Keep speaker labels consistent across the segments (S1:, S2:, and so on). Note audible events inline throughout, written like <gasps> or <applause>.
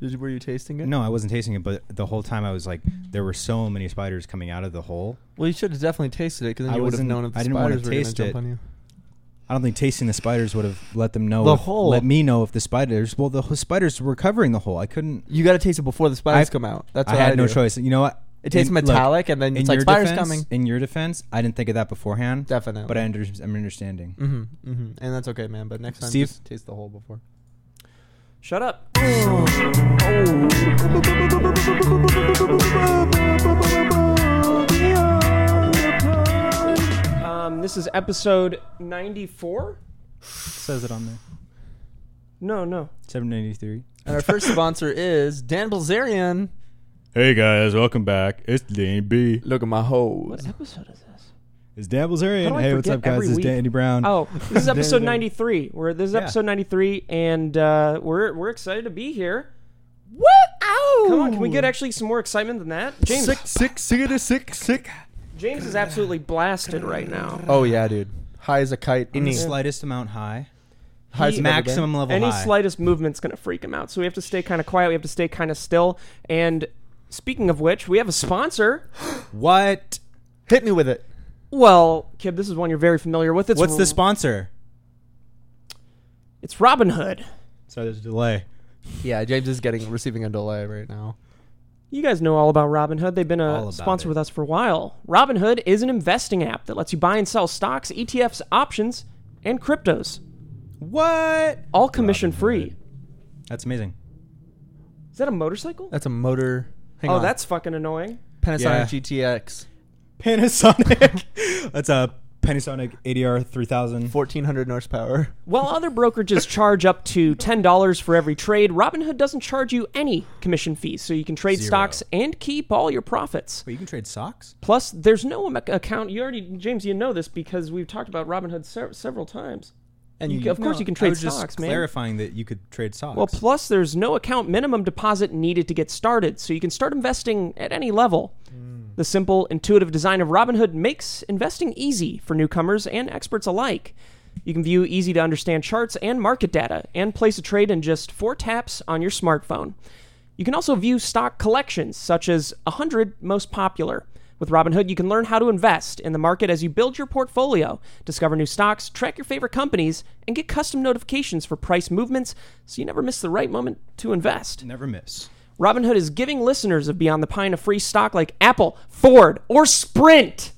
S1: Did you, were you tasting it?
S2: No, I wasn't tasting it, but the whole time I was like, there were so many spiders coming out of the hole.
S1: Well, you should have definitely tasted it because then
S2: I
S1: you would have
S2: wasn't-
S1: known if the
S2: I didn't wanna
S1: spiders were going to
S2: taste
S1: jump
S2: it.
S1: on you.
S2: I don't think tasting the spiders would have let them know.
S1: The
S2: if-
S1: hole.
S2: Let me know if the spiders. Well, the ho- spiders were covering the hole. I couldn't.
S1: You got to taste it before the spiders
S2: I-
S1: come out. That's
S2: I
S1: what
S2: had no
S1: do.
S2: choice. You know what?
S1: It tastes
S2: In- look,
S1: metallic, and then
S2: in
S1: it's like
S2: your
S1: spiders
S2: defense-
S1: coming.
S2: In your defense, I didn't think of that beforehand,
S1: Definitely.
S2: but I under- I'm understanding.
S1: hmm hmm And that's okay, man. But next time,
S2: Steve?
S1: just taste the whole before. Shut up.
S3: Um, this is episode 94?
S2: says it on there.
S3: No, no.
S2: 793.
S1: And our
S2: <laughs>
S1: first sponsor is Dan Bilzerian.
S2: Hey guys, welcome back. It's Danny B.
S1: Look at my hose.
S3: What episode is this?
S2: It's Dan
S3: How do
S2: Bilzerian.
S3: I
S2: Hey, what's
S3: forget
S2: up, guys?
S3: every
S2: It's
S3: week?
S2: Danny Brown.
S3: Oh,
S1: <laughs>
S2: <laughs>
S3: this is episode
S2: Dang.
S3: 93. We're this is
S2: Yeah.
S3: episode 93 and uh, we're we're excited to be here. What?
S1: Ow!
S3: Come on, can we get actually some more excitement than that? James
S1: Sick,
S2: sick, sick, sick, sick.
S3: James is absolutely blasted right now.
S1: Oh yeah, dude. High as a kite. Mm-hmm.
S2: The
S1: Any
S2: slightest amount high.
S1: high as
S3: He-
S1: I've ever been.
S2: maximum level
S3: Any
S2: high.
S3: slightest movement's going to freak him out. So we have to stay kind of quiet, we have to stay kind of still. And speaking of which, we have a sponsor.
S2: what?
S1: Hit me with it.
S3: Well, Kib, this is one you're very familiar with. It's
S2: What's the sponsor?
S3: It's Robin Hood.
S2: Sorry, there's a delay.
S1: Yeah, James is getting receiving a delay right now.
S3: You guys know all about Robinhood. They've been
S2: All
S3: a
S2: about it.
S3: sponsor with us for a while. Robinhood is an investing app that lets you buy and sell stocks, ETFs, options, and cryptos,
S2: What?
S3: all commission free.
S2: That's amazing.
S3: Is that a motorcycle?
S1: That's a motor. Hang
S3: oh,
S1: on.
S3: that's fucking annoying.
S2: Yeah.
S1: Panasonic GTX
S2: Panasonic. <laughs> That's a Panasonic ADR 3000.
S1: 1400 horsepower.
S3: While other brokerages charge up to $10 for every trade, Robinhood doesn't charge you any commission fees, so you can trade
S2: Zero.
S3: stocks and keep all your profits.
S2: Wait, you can trade socks?
S3: Plus, there's no am- account. You already, James, you know this because we've talked about Robinhood se- several times. And you, ca- of course,
S2: No,
S3: you can
S2: I
S3: trade
S2: was just
S3: stocks, man.
S2: clarifying that you could trade socks.
S3: Well, plus there's no account minimum deposit needed to get started, so you can start investing at any level. The simple, intuitive design of Robinhood makes investing easy for newcomers and experts alike. You can view easy to understand charts and market data and place a trade in just four taps on your smartphone. You can also view stock collections, such as 100 most popular. With Robinhood, you can learn how to invest in the market as you build your portfolio, discover new stocks, track your favorite companies, and get custom notifications for price movements so you never miss the right moment to invest.
S2: Never miss.
S3: Robinhood is giving listeners of Beyond the Pine a free stock like Apple, Ford, or Sprint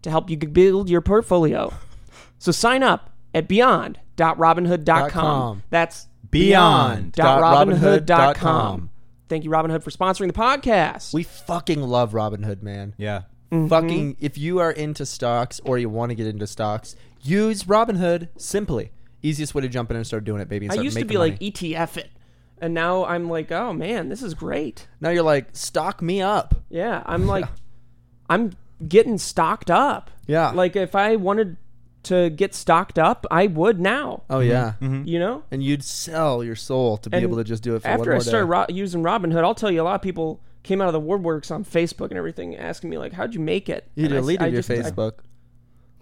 S3: to help you build your portfolio. So sign up at beyond.robinhood.com.
S1: com.
S3: That's
S2: Beyond.
S3: beyond.robinhood.com. Thank you, Robinhood, for sponsoring the podcast.
S1: We fucking love Robinhood, man.
S3: <laughs>
S2: Yeah.
S3: Mm-hmm.
S1: Fucking if you are into stocks or you want to get into stocks, use Robinhood simply. Easiest way to jump in and start doing it, baby. and
S3: I
S1: start
S3: used to
S1: making
S3: be like
S1: money.
S3: ETF it, and now I'm like, oh man, this is great.
S1: now you're like, stock me up.
S3: Yeah,
S1: <laughs>
S3: I'm like, I'm getting stocked up.
S1: Yeah.
S3: like if I wanted to get stocked up, I would now.
S1: Oh yeah,
S3: You know,
S1: and you'd sell your soul to be
S3: Mm-hmm. And
S1: able to just do it for one
S3: after
S1: more
S3: I started
S1: day.
S3: ro- using Robinhood, I'll tell you a lot of people came out of the woodworks on Facebook and everything, asking me like, how'd you make it?
S1: you
S3: And I s-
S1: deleted
S3: I
S1: your
S3: just- I- <laughs>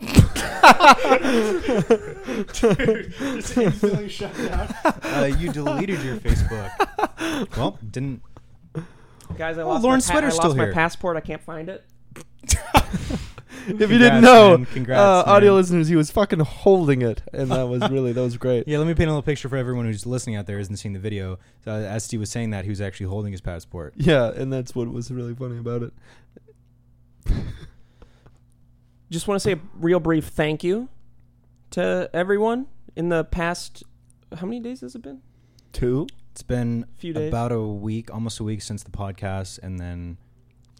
S1: Facebook.
S2: <laughs> Uh, you deleted your Facebook.
S3: <laughs>
S2: well, didn't.
S3: guys, I
S1: Oh,
S3: lost
S2: Lauren
S3: my pa-
S2: Sweater's
S3: I
S2: still
S3: lost my
S2: here.
S3: passport. I can't find it.
S1: if you didn't
S2: Congrats,
S1: know,
S2: man. Congrats,
S1: uh,
S2: man.
S1: audio listeners, he was fucking holding it, and that
S3: <laughs>
S1: was really that was great.
S2: Yeah, let me paint a little picture for everyone who's listening out there isn't seeing the video. So, uh, as Steve was saying that, he was actually holding his passport.
S1: Yeah, and that's what was really funny about it.
S3: just want to say a real brief thank you to everyone in the past. How many days has it been?
S1: Two.
S2: It's been
S3: Few days.
S2: about a week, almost a week since the podcast, and then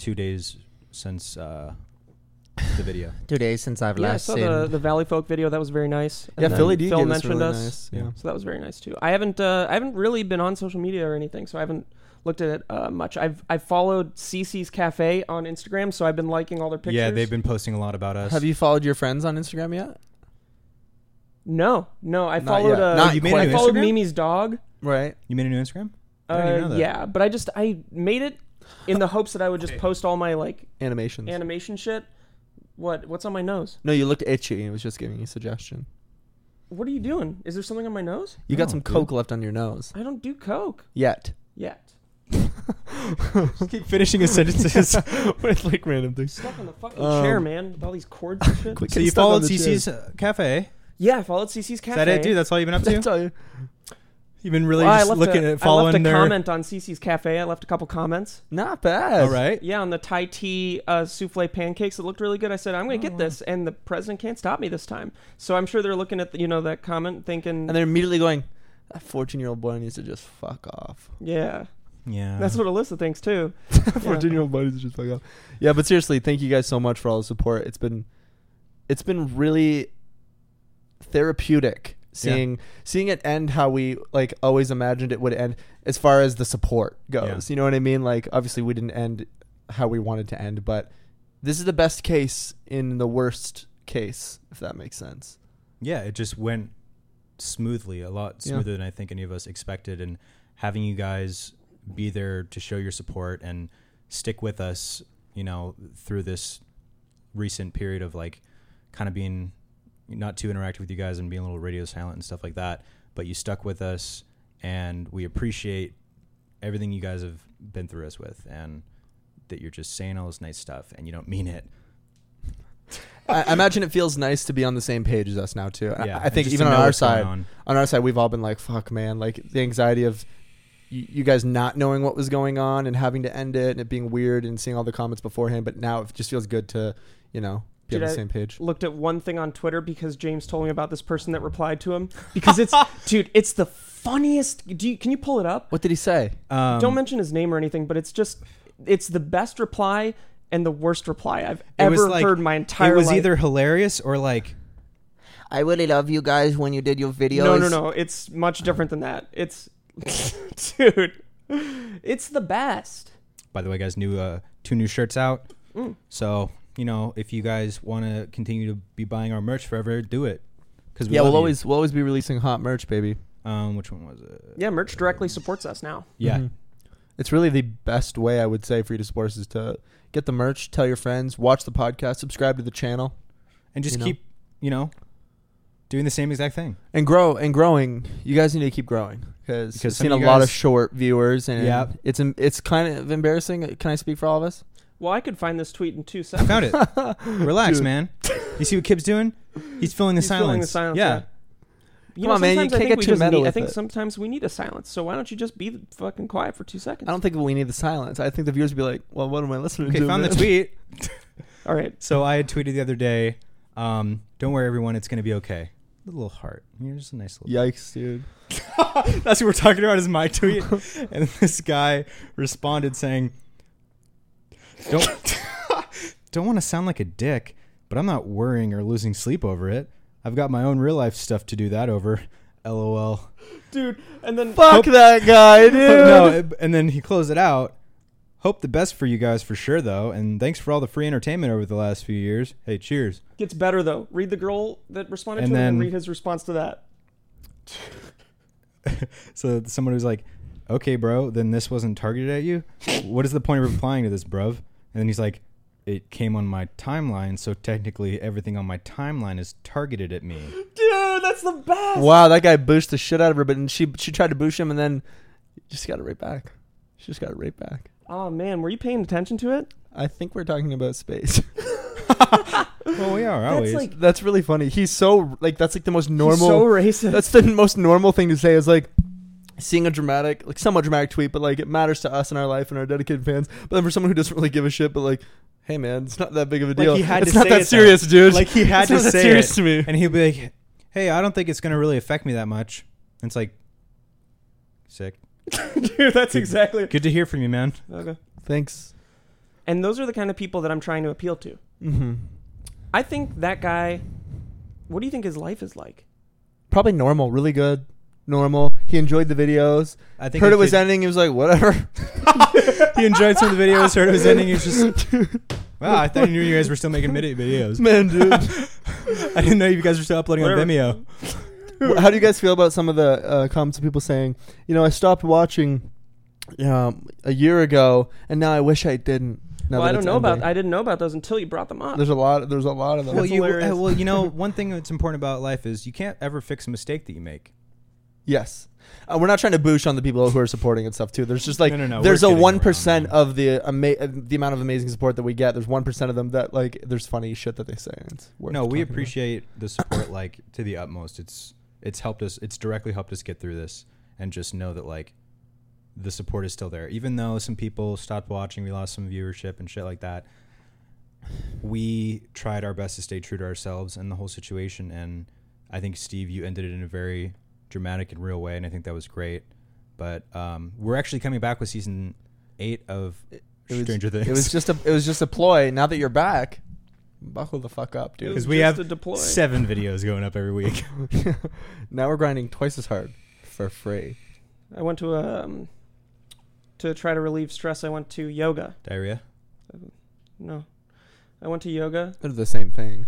S2: two days since uh, the
S3: <laughs>
S2: video.
S1: Two days since I've
S3: yeah, I saw the, the Valley Folk video. That was very nice. And
S1: Yeah,
S3: then
S1: Philly D
S3: Phil
S1: gave us
S3: mentioned
S1: really
S3: us,
S1: nice.
S2: Yeah.
S1: Yeah.
S3: so that was very nice too. I haven't uh, I haven't really been on social media or anything, so I haven't looked at it uh, much. I've I've followed CC's Cafe on Instagram, so I've been liking all their pictures.
S2: Yeah, they've been posting a lot about us.
S1: Have you followed your friends on Instagram yet?
S3: No, no, I
S1: Not
S3: followed.
S1: yet.
S3: Uh,
S1: Not
S2: you made
S1: quite.
S3: I
S2: it on
S3: followed
S2: Instagram?
S3: Mimi's dog.
S1: Right.
S2: You made a new
S3: <laughs>
S2: Instagram? I didn't even
S3: Uh,
S2: know that.
S3: yeah, but I just I made it in the hopes that I would just post all my like
S1: Animations.
S3: animation shit. What what's on my nose?
S1: no, you looked itchy. and It was just giving you a suggestion.
S3: What are you doing? Is there something on my nose?
S1: You got
S2: Oh,
S1: some
S2: dude.
S1: coke left on your nose
S2: <laughs>
S3: I don't do coke
S1: yet.
S3: yet.
S2: keep finishing his <laughs> sentences.
S1: with like random things.
S3: Stuck on the fucking
S1: Um,
S3: chair, man, with all these cords
S2: <laughs>
S3: and shit.
S1: Quick,
S2: so you followed CC's uh, cafe.
S3: yeah, I followed CC's
S2: Is
S3: cafe.
S2: that it, dude? That's all you've been
S1: <laughs>
S2: up to? You've been really
S3: Well, I
S2: just
S3: left
S2: looking
S3: a,
S2: at following
S3: I left a
S2: their.
S3: comment on CC's cafe. I left a couple comments.
S1: Not bad.
S2: All right.
S3: Yeah, on the Thai tea uh, souffle pancakes, it looked really good. I said, I'm going
S2: Oh.
S3: to get this, and the president can't stop me this time. So I'm sure they're looking at the, you know that comment, thinking,
S1: And they're immediately going, that 14 year old boy needs to just fuck off.
S3: yeah,
S2: Yeah.
S3: that's what Alyssa thinks too.
S1: <laughs>
S3: Yeah.
S1: 14 year old boy needs to just fuck off. Yeah, but seriously, thank you guys so much for all the support. It's been, it's been really therapeutic seeing seeing it end how we like always imagined it would end as far as the support goes. You know what I mean? Like obviously we didn't end how we wanted to end, but this is the best case in the worst case, if that makes sense.
S2: yeah, it just went smoothly, a lot
S1: Yeah.
S2: smoother than I think any of us expected. And having you guys be there to show your support and stick with us, you know, through this recent period of like kind of being not too interactive with you guys and being a little radio silent and stuff like that, but you stuck with us and we appreciate everything you guys have been through us with and that you're just saying all this nice stuff and you don't mean it.
S1: I I imagine it feels nice to be on the same page as us now too. I- I,
S2: Uh, and
S1: think
S2: just to
S1: even on
S2: know
S1: our
S2: what's going
S1: side, on.
S2: on.
S1: our side, we've all been like, "Fuck, man!" Like the anxiety of y- you guys not knowing what was going on and having to end it and it being weird and seeing all the comments beforehand. But now it just feels good to, you know, be
S3: Dude,
S1: on the
S3: I-
S1: same page.
S3: Looked at one thing on Twitter because James told me about this person that replied to him
S2: <laughs>
S3: because it's dude, it's the funniest. Do you, can you pull it up?
S1: What did he say?
S2: Um,
S3: Don't mention his name or anything, but it's just it's the best reply and the worst reply I've
S2: It was
S3: ever
S2: like-
S3: heard my entire.
S2: It was
S3: life.
S2: either hilarious or like
S1: I really love you guys when you did your videos.
S3: No, no, no. It's much different than that. It's, <laughs> dude, it's the best.
S2: By the way, guys, new uh, two new shirts out. So you know, if you guys want to continue to be buying our merch forever, do it. Because we
S1: Yeah,
S2: love
S1: we'll
S2: you.
S1: always we'll always be releasing hot merch, baby.
S2: Um, which one was it?
S3: Yeah, merch directly supports us now.
S2: Yeah,
S1: Mhm. It's really the best way I would say for you to support us is to get the merch, tell your friends, watch the podcast, subscribe to the channel,
S2: and just
S1: You know.
S2: keep you know doing the same exact thing.
S1: and grow and growing. You guys need to keep growing because I've
S2: Because some
S1: seen a
S2: of you
S1: lot of
S2: guys-
S1: short viewers, and
S2: Yep.
S1: it's em- it's kind of embarrassing. Can I speak for all of us?
S3: Well, I could find this tweet in two
S2: I
S1: <laughs>
S3: seconds.
S2: found it. Relax, man. You see what Kib's doing? He's filling the
S3: He's
S2: silence.
S3: filling the silence,
S2: Yeah.
S3: yeah. You
S1: Come on, man, you
S3: sometimes I
S1: can't
S3: think
S1: get
S3: we
S1: too
S3: just
S1: metal
S3: need- I
S1: with
S3: think
S1: it.
S3: sometimes we need a silence. So why don't you just be fucking quiet for two seconds?
S1: I don't think we need the silence. I think the viewers would be like, "Well, what am I listening
S2: Okay,
S1: to?"
S2: found the
S1: man?"
S2: tweet.
S3: All right.
S2: So I had tweeted the other day. Um, don't worry, everyone. It's gonna be okay. A little heart. Here's a nice little.
S1: <laughs> Yikes, dude!
S2: That's what we're talking about is my tweet. and <laughs> this guy responded saying, Don't <laughs> Don't want to sound like a dick, but I'm not worrying or losing sleep over it. I've got my own real life stuff to do that over. <laughs> LOL.
S3: Dude, and then
S1: Fuck that guy, dude.
S2: <laughs> No, it- and then he closed it out. Hope the best for you guys for sure though, and thanks for all the free entertainment over the last few years. Hey, cheers.
S3: gets better though. Read the girl that responded
S2: And
S3: to it and
S2: then-
S3: then read his response to that.
S2: So someone was like, "Okay, bro, then this wasn't targeted at you. What is the point of replying to this, bruv?" And then he's like, "It came on my timeline, so technically everything on my timeline is targeted at <laughs> me."
S3: Dude, that's the best.
S1: Wow, that guy booshed the shit out of her, but and she she tried to boosh him, and then just got it right back. She just got it right back.
S3: Oh man, were you paying attention to <laughs> it?
S1: I think we're talking about space. <laughs>
S2: Well, we are always.
S3: like
S1: that's really funny. He's so like that's like the most normal.
S3: He's so racist.
S1: That's the most normal thing to say is like seeing a dramatic, like somewhat dramatic tweet, but like it matters to us in our life and our dedicated fans. But then for someone who doesn't really give a shit, but like, hey man, it's not that big of a deal.
S2: he had
S1: it's
S2: to
S1: not
S2: say
S1: that
S2: it, though.
S1: serious, dude.
S2: Like, he had
S1: it's
S2: to
S1: not that
S2: say
S1: serious
S2: it.
S1: to me.
S2: and he'll be like, "Hey, I don't think it's gonna really affect me that much." And it's like, sick.
S3: <laughs> <laughs> dude, that's exactly.
S2: Good to hear from you, man.
S3: Okay.
S1: Thanks.
S3: And those are the kind of people that I'm trying to appeal to.
S1: Mm-hmm.
S3: I think that guy. What do you think his life is like?
S1: Probably normal, really good, normal. He enjoyed the videos.
S2: I think
S1: Heard
S2: he
S1: it was
S2: could-
S1: ending. He was like,
S2: <laughs>
S1: whatever. <laughs>
S2: He enjoyed some of the videos. Heard it was ending. He was <laughs> just, wow. I thought I knew you guys were still making midi videos. <laughs>
S1: Man, dude,
S2: I didn't know you guys were still uploading on
S3: Whatever.
S2: Vimeo.
S1: Wh- how do you guys feel about some of the uh, comments of people saying, you know, I stopped watching um, a year ago, and now I wish I didn't. now
S3: well,
S1: that
S3: I don't
S1: it's
S3: know about.
S1: ending."
S3: I didn't know about those until you brought them up.
S1: There's a lot. There's a lot of them.
S2: Well, you
S3: hilarious.
S2: uh, well, you know, one thing that's important about life is you can't ever fix a mistake that you make.
S1: yes, Uh, we're not trying to boosh on the people who are supporting and stuff too. There's just like
S2: No, no, no,
S1: there's
S2: we're
S1: a
S2: kidding
S1: one percent
S2: around,
S1: of the ama- uh, the amount of amazing support that we get. There's one percent of them that like there's funny shit that they say. and It's worth
S2: no we
S1: talking about.
S2: appreciate the support like to the utmost it's it's helped us it's directly helped us get through this and just know that like the support is still there even though some people stopped watching we lost some viewership and shit like that we tried our best to stay true to ourselves and the whole situation and i think steve you ended it in a very dramatic and real way and i think that was great but um, we're actually coming back with season eight of
S1: It was-
S2: stranger things
S1: It was
S2: <laughs>
S1: just a it was just a ploy. Now that you're back, buckle the fuck up, dude.
S3: It was
S2: because we
S3: just
S2: have
S3: a deploy.
S2: seven videos going up every week
S1: <laughs>
S2: <laughs>
S1: now we're grinding twice as hard for free.
S3: I went to um to try to relieve stress. I went to yoga.
S2: diarrhea
S3: No, I went to yoga.
S1: They're the same thing.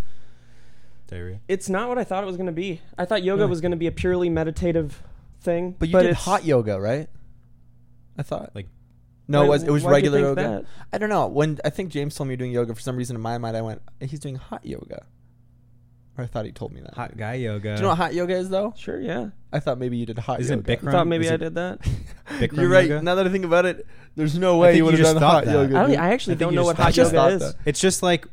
S2: diarrhea
S3: It's not what I thought it was going to be. I thought yoga
S1: Really?
S3: was going to be a purely meditative thing.
S1: But you did
S3: it's-
S1: hot yoga, right? I thought
S2: Like-
S1: no, it
S3: Why-
S1: was it was
S3: why'd you
S1: regular
S3: think
S1: yoga.
S3: that?
S1: I don't know. When I think James told me you're doing yoga, for some reason in my mind I went, he's doing hot yoga. Or I thought he told me that.
S2: hot guy yoga.
S1: Do you know what hot yoga is though?
S3: Sure, yeah.
S1: I thought maybe you did hot
S2: Isn't
S1: yoga.
S2: it Bikram?
S3: I thought maybe
S2: Is
S3: I
S2: it
S3: did that.
S2: Bikram
S1: You're right.
S2: yoga?
S1: Now that I think about it, there's no way
S2: think
S1: you
S2: you
S1: would have
S2: just
S1: done
S2: thought
S1: hot
S2: that.
S1: yoga.
S3: I, don't, e-
S1: dude.
S3: I actually
S2: I think
S3: don't
S2: you
S3: know
S2: just
S3: what
S2: thought
S3: hot
S1: that.
S3: yoga
S1: Just
S3: is.
S1: thought
S2: It's just like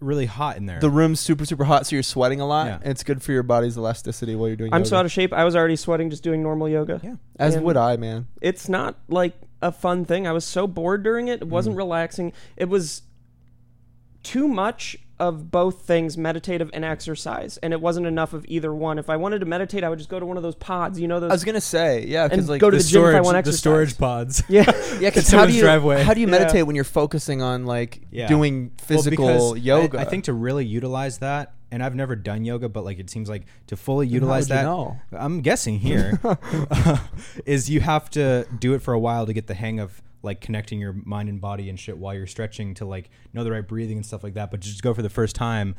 S2: really hot in there.
S1: the room's super super hot, so you're sweating a lot,
S2: Yeah.
S1: and it's good for your body's elasticity while you're doing.
S3: I'm
S1: yoga.
S3: so out of shape. I was already sweating just doing normal yoga.
S2: yeah.
S1: As
S3: and-
S1: would I, man.
S3: It's not like a fun thing. I was so bored during it. It
S1: Mm-hmm.
S3: wasn't relaxing. It was too much of both things, meditative and exercise, and it wasn't enough of either one. If I wanted to meditate, I would just go to one of those pods. You know those.
S1: I was gonna say, yeah, because
S3: And
S1: like
S3: go to
S1: the-
S3: the gym if I want
S2: the
S3: exercise.
S2: storage pods.
S3: yeah.
S1: yeah, 'cause
S2: it's
S1: how do
S2: someone's
S1: you
S2: driveway.
S1: how do you
S3: Yeah.
S1: meditate when you're focusing on like
S2: Yeah.
S1: doing
S2: Well,
S1: physical
S2: because I-
S1: yoga?
S2: I, think to really utilize that, and I've never done yoga, but like it seems like to fully
S1: How
S2: utilize
S1: would you
S2: that,
S1: know?
S2: I'm guessing here
S1: <laughs>
S2: <laughs> is you have to do it for a while to get the hang of like connecting your mind and body and shit while you're stretching to like know the right breathing and stuff like that. But just go for the first time,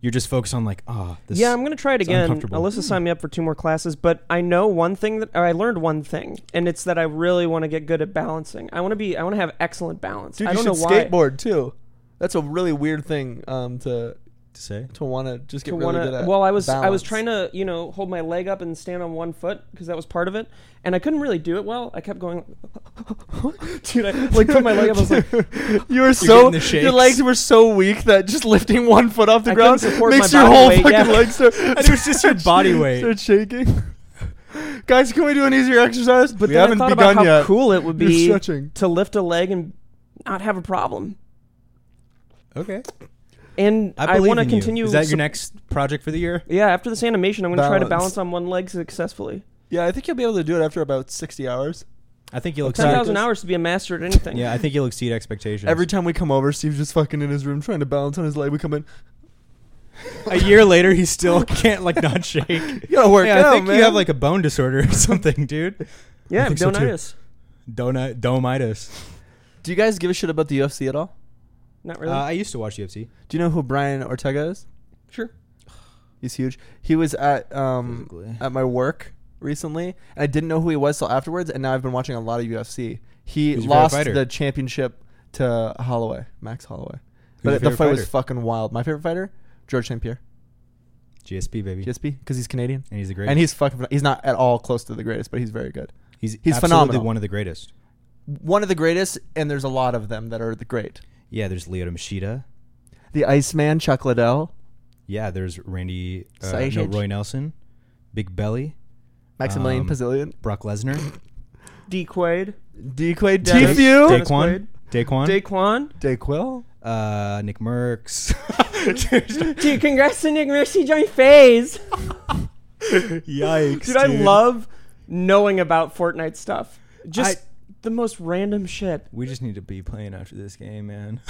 S2: you're just focused on like ah. this
S3: Yeah, I'm gonna try it
S2: it's
S3: again.
S2: uncomfortable.
S3: Alyssa signed me up for two more classes, but I know one thing that or I learned one thing, and it's that I really want to get good at balancing. I want to be, I want to have excellent balance.
S1: Dude,
S3: I
S1: you
S3: don't
S1: should
S3: know why.
S1: skateboard too. That's a really weird thing um, to
S2: to say. <laughs>
S1: to want to just get
S3: to
S1: really
S3: want
S1: good
S3: to.
S1: at.
S3: Well, I was I
S1: balance. <laughs>
S3: was trying to you know hold my leg up and stand on one foot because that was part of it, and I couldn't really do it well. I kept going, <laughs> dude. I like put my leg up. I was like,
S2: <laughs>
S1: You were so
S2: getting the
S1: your
S2: shakes.
S1: legs were so weak that just lifting one foot off the
S3: I
S1: ground
S3: couldn't support
S1: makes
S3: my
S1: your
S3: body
S1: whole
S3: weight,
S1: fucking
S3: yeah.
S1: legs start, <laughs>
S2: And it was just your body weight.
S1: start shaking. <laughs> Guys, can we do an easier exercise? But
S3: then I thought about how cool it would
S1: You're
S3: be
S1: stretching.
S3: to lift a leg and not have a problem.
S2: Okay,
S3: And
S2: I,
S3: I,
S2: believe
S3: want to
S2: in you.
S3: continue.
S2: Is that
S3: sup-
S2: your next project for the year?
S3: Yeah, after this animation, I'm going to try to
S1: Balance.
S3: balance on one leg successfully.
S1: Yeah, I think you'll be able to do it after about sixty hours.
S2: I think you'll
S3: Ten
S2: exceed.
S3: thousand hours to be a master at anything.
S2: Yeah, I think you'll exceed expectations.
S1: Every time we come over, Steve's just fucking in his room trying to balance on his leg. We come in,
S2: a year later, he still can't like not shake. You
S1: you gotta work
S2: <laughs> yeah,
S1: out,
S2: I think
S1: man.
S2: you have like a bone disorder or <laughs> something, dude.
S3: yeah,
S2: I think so, too.
S3: donitis.
S2: Donut domitis.
S1: do you guys give a shit about the UFC at all?
S3: Not really.
S2: Uh, I used to watch UFC.
S1: Do you know who Brian Ortega is?
S3: sure.
S1: He's huge. He was at um
S2: Physically.
S1: at my work recently, and I didn't know who he was till afterwards. And now I've been watching a lot of UFC. He
S2: Who's your favorite
S1: lost
S2: fighter?
S1: the championship to Holloway, Max Holloway. but
S2: your
S1: the
S2: favorite
S1: fight was
S2: fighter?
S1: fucking wild. My favorite fighter, George St Pierre,
S2: GSP baby,
S1: GSP, because he's Canadian
S2: and he's the greatest.
S1: and he's fucking. He's not at all close to the greatest, but he's very good.
S2: he's
S1: he's
S2: absolutely
S1: phenomenal.
S2: One of the greatest.
S1: One of the greatest, and there's a lot of them that are the great.
S2: Yeah, there's Lyoto Machida.
S1: The Iceman, Chuck Liddell,
S2: Yeah, there's Randy uh, no,
S1: Sajic.
S2: Roy Nelson, Big Belly,
S1: Maximilian
S2: Um,
S1: Pazilian,
S2: Brock Lesnar,
S3: D. Quaid.
S1: Dequade,
S3: Dennis-
S1: Tfue,
S3: Dennis
S2: Daquan, Daquan,
S3: Daquan.
S1: Daquil.
S2: uh, Nick Merckx. <laughs>
S3: Dude, congrats to Nick Mercy joined Phase.
S2: Yikes,
S3: Dude, I love knowing about Fortnite stuff. Just
S2: I-
S3: the most random shit.
S2: We just need to be playing after this
S1: <laughs>
S2: game, man.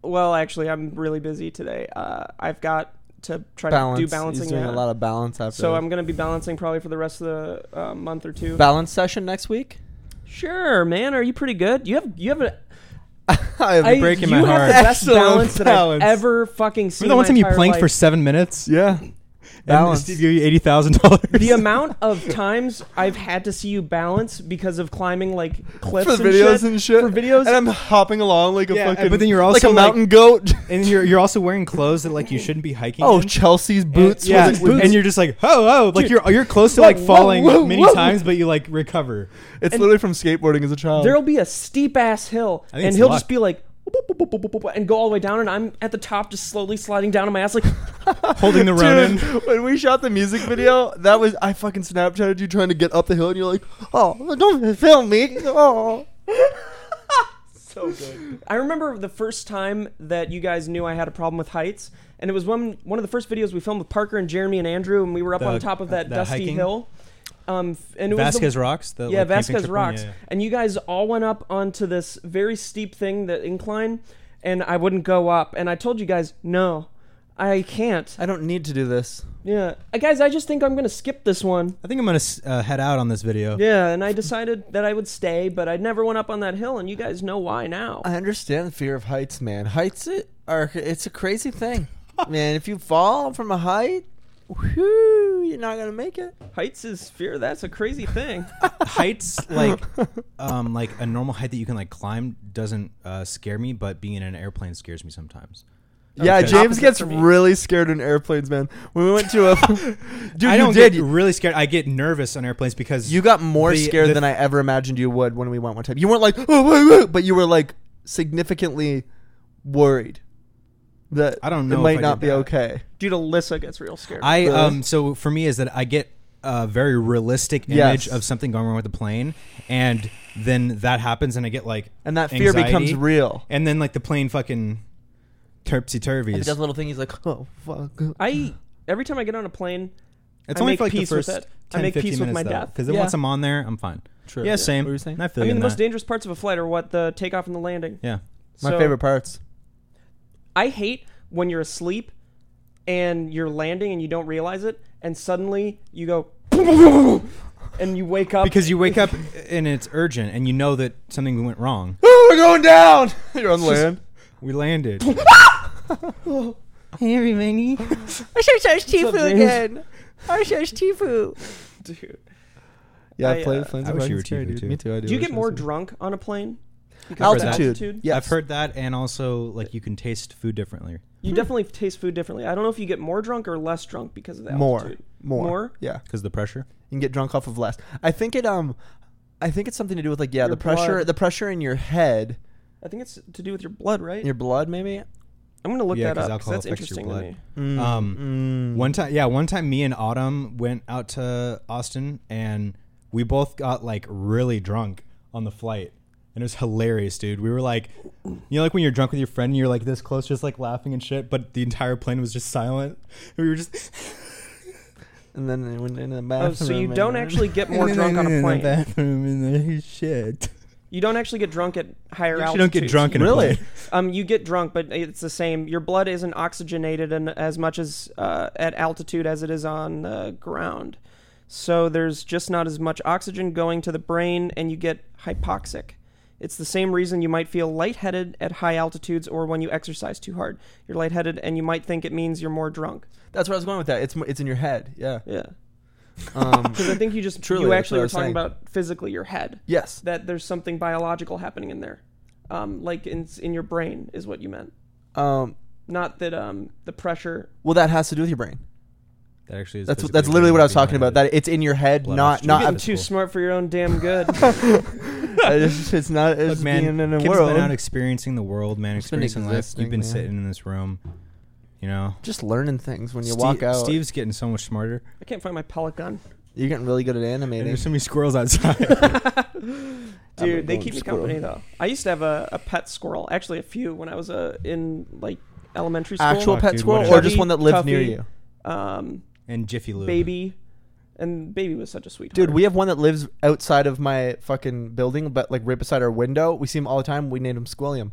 S3: Well, actually, I'm really busy today. Uh, I've got to try
S1: Balance.
S3: to do balancing.
S1: He's doing a
S3: yeah.
S1: lot of balance after.
S3: so I'm going to be balancing probably for the rest of the uh, month or two.
S1: balance session next week.
S3: sure, man. Are you pretty good? You have you have a
S1: I have
S3: I-
S2: breaking
S3: you
S2: my
S3: have
S1: <laughs>
S2: heart.
S3: the best
S1: Excellent
S3: balance, that
S1: balance.
S3: I've ever fucking seen.
S2: Remember the one
S3: in my
S2: time you <laughs>
S3: entire
S2: planked
S3: life.
S2: for seven minutes?
S1: Yeah. Balance.
S2: Steve give you eighty thousand dollars.
S3: The amount of times I've had to see you balance because of climbing like cliffs
S1: for
S3: and
S1: videos
S3: shit,
S1: and shit.
S3: for videos.
S1: and I'm hopping along like a
S2: Yeah,
S1: fucking.
S2: but then you're
S1: like a
S2: also, like-
S1: mountain <laughs> goat.
S2: <laughs> and you're you're also wearing clothes that like you shouldn't be hiking.
S1: oh,
S2: in.
S1: Chelsea's
S2: And-
S1: boots.
S2: yeah,
S1: was, like, boots.
S2: and you're just like, oh, oh, like
S3: Dude.
S2: you're you're close to
S3: Whoa,
S2: like falling
S1: whoa,
S2: many
S1: whoa.
S2: times, but you like
S3: <laughs>
S2: recover.
S1: it's
S3: and-
S1: literally from skateboarding as a child.
S3: There'll be a steep ass hill,
S2: Um, think
S3: and
S2: it's
S3: he'll
S2: luck.
S3: just be like. boop, boop, boop, boop, boop, boop, And go all the way down, and I'm at the top, just slowly sliding down on my
S2: <laughs>
S3: ass, like
S2: holding the Ronin.
S1: Dude, <laughs> when we shot the music video, that was I fucking Snapchatted you trying to get up the hill, and you're like, "Oh, don't film me!" Oh, so good.
S3: I remember the first time that you guys knew I had a problem with heights, and it was when one of the first videos we filmed with Parker and Jeremy and Andrew, and we were up
S2: The-
S3: on top of that
S2: the
S3: dusty
S2: hiking?
S3: hill. Um, f- and it was
S2: Vasquez
S3: the,
S2: rocks. The,
S3: yeah,
S2: like, camping
S3: Vasquez
S2: trip one,
S3: rocks,
S2: yeah, yeah.
S3: and you guys all went up onto this very steep thing, the incline, and I wouldn't go up, and I told you guys no. I can't.
S1: I don't need to do this.
S3: Yeah, Uh, guys, I just think I'm gonna skip this one.
S2: I think I'm gonna s- uh, head out on this video.
S3: Yeah, and I decided that I would stay, but I never went up on that hill, and you guys know why now.
S1: I understand the fear of heights, man. Heights it are it's a crazy thing, <laughs> man. If you fall from a height, whew, you're not gonna make <laughs> it.
S3: Heights is fear. That's a crazy
S1: <laughs>
S3: thing.
S2: Heights like um like a normal height that you can like climb doesn't uh, scare me, but being in an airplane scares me sometimes.
S1: Yeah,
S2: Okay.
S1: James
S3: Opposite
S1: gets
S3: for me.
S1: really scared in airplanes, man. When we went
S2: <laughs>
S1: to a, <laughs> dude,
S2: I
S1: you
S2: don't
S1: did.
S2: get really scared. I get nervous on airplanes because
S1: You got more
S2: The-
S1: scared
S2: the-
S1: than I ever imagined you would when we went one time. You weren't like, oh, wait, wait," but you were like significantly worried that
S2: I don't
S1: It
S2: know if
S1: might
S2: I
S1: not
S2: did
S1: be
S2: that.
S1: okay.
S3: Dude, Alyssa gets real scared.
S2: I
S1: Really?
S2: um so for me is that I get a very realistic
S1: Yes.
S2: image of something going wrong with the plane, and then that happens, and I get like
S1: And that fear becomes
S2: anxiety,
S1: real.
S2: and then like the plane fucking terpsy turvies.
S1: does little thing. He's like, oh fuck.
S3: I every time I get on a plane,
S2: It's
S3: I
S2: only
S3: make
S2: for like
S3: peace
S2: the
S3: with
S2: first
S3: it. I
S2: 10,
S3: make
S2: 15
S3: peace with
S2: minutes
S3: my death.
S2: because then
S1: Yeah.
S2: once I'm on there, I'm fine.
S1: True.
S2: Yeah, same.
S1: What were you saying?
S2: I feel
S3: I
S2: you
S3: mean,
S2: in
S3: the most
S2: that.
S3: dangerous parts of a flight are what the takeoff and the landing.
S2: yeah.
S1: My
S3: So,
S1: favorite parts. <laughs>
S3: I hate when you're asleep and you're landing and you don't realize it, and suddenly you go, <laughs> and you wake up
S2: Because you wake up and it's urgent, and you know that something went wrong.
S1: Oh, we're going down. <laughs> You're on land.
S2: We landed.
S1: Hey, everybody.
S3: What's up, James? Dude.
S1: Yeah, I,
S3: I,
S1: played
S3: uh,
S1: planes.
S2: I
S1: and
S2: wish
S1: Planes
S2: you were
S1: Scary,
S2: Tifu,
S1: dude.
S2: too.
S1: Me too. I do.
S3: Do you
S1: wish
S3: get
S1: I
S3: more
S1: was-
S3: drunk on a plane? Because of
S2: that.
S1: altitude? Yes.
S2: I've heard that, and also like you can taste food differently.
S3: You definitely taste food differently. I don't know if you get more drunk or less drunk because of that.
S1: more, more,
S3: More?
S1: Yeah,
S2: Because the pressure.
S1: you can get drunk off of less. I think it. Um, I think it's something to do with like yeah,
S3: Your
S1: the pressure,
S3: blood.
S1: the pressure in your head,
S3: I think it's to do with your blood, right?
S1: your blood, maybe. Mm,
S3: I'm gonna look
S2: Yeah,
S3: that
S2: 'cause
S3: up because
S2: alcohol
S3: that's
S2: affects your
S3: interesting to
S2: blood.
S3: me.
S2: Um,
S1: Mm-hmm.
S2: One time, yeah, one time, me and Autumn went out to Austin, and we both got like really drunk on the flight, and it was hilarious, dude. We were like, you know, like when you're drunk with your friend, and you're like this close, just like laughing and shit, but the entire plane was just silent. <laughs> And we were just
S1: And then they went into the
S3: Oh,
S1: bathroom.
S3: so you
S1: and
S3: don't
S1: then-
S3: actually
S2: <laughs>
S3: get more drunk on a
S2: in the
S3: plane.
S2: bathroom and the shit.
S3: You don't actually get drunk at higher
S2: You
S3: altitudes.
S2: actually don't get drunk in a
S1: Really?
S2: plane.
S3: Um, you get drunk, but it's the same. Your blood isn't oxygenated and as much as uh, at altitude as it is on the ground. So there's just not as much oxygen going to the brain, and you get hypoxic. It's the same reason you might feel lightheaded at high altitudes or when you exercise too hard. You're lightheaded, and you might think it means you're more drunk.
S1: <laughs> That's where I was going with that. It's mo- it's in your head.
S2: <laughs>
S1: Yeah.
S3: Yeah,
S1: Um,
S3: because I think you just
S1: Truly,
S3: you
S1: that's what
S3: actually
S1: I
S3: were
S1: was
S3: talking
S1: saying.
S3: about physically your head.
S1: yes.
S3: that there's something biological happening in there, um, like in in your brain is what you meant.
S1: Um,
S3: Not that um, the pressure.
S1: well, that has to do with your brain.
S2: That actually is.
S1: That's
S2: physically
S1: that's literally what I was
S2: being
S1: talking about.
S2: lightheaded.
S1: That it's in your head,
S2: Blood
S1: not
S2: oxygen.
S1: not.
S2: You're
S3: I'm
S2: That's
S3: too
S2: cool.
S3: smart for your own damn good.
S2: <laughs>
S1: it's, it's not. <laughs> It's
S2: Look, man,
S1: being in a
S2: Kim's
S1: world.
S2: been out experiencing the world, man.
S1: It's been
S2: Experiencing life.
S1: existing,
S2: You've been
S1: man.
S2: sitting in this room, you know.
S1: just learning things when you
S2: Steve-
S1: walk out.
S2: Steve's getting so much smarter.
S3: I can't find my pellet gun,
S1: you're getting really good at
S2: And
S1: animating.
S2: there's so many squirrels outside.
S1: <laughs>
S3: dude.
S1: a
S3: They
S1: golden
S3: keep me
S1: squirrel.
S3: company though. I used to have a, a pet squirrel, actually a few when I was uh, in like elementary school.
S1: Actual
S2: Fuck,
S1: pet
S2: dude,
S1: squirrel,
S2: what a
S1: or
S2: shock.
S1: just one that lives near
S3: Tuffy.
S1: you,
S3: um,
S2: and Jiffy Lube.
S3: baby, and baby was such a sweetheart.
S1: dude. We have one that lives outside of my fucking building, but like right beside our window. We see him all the time. We named him Squilliam.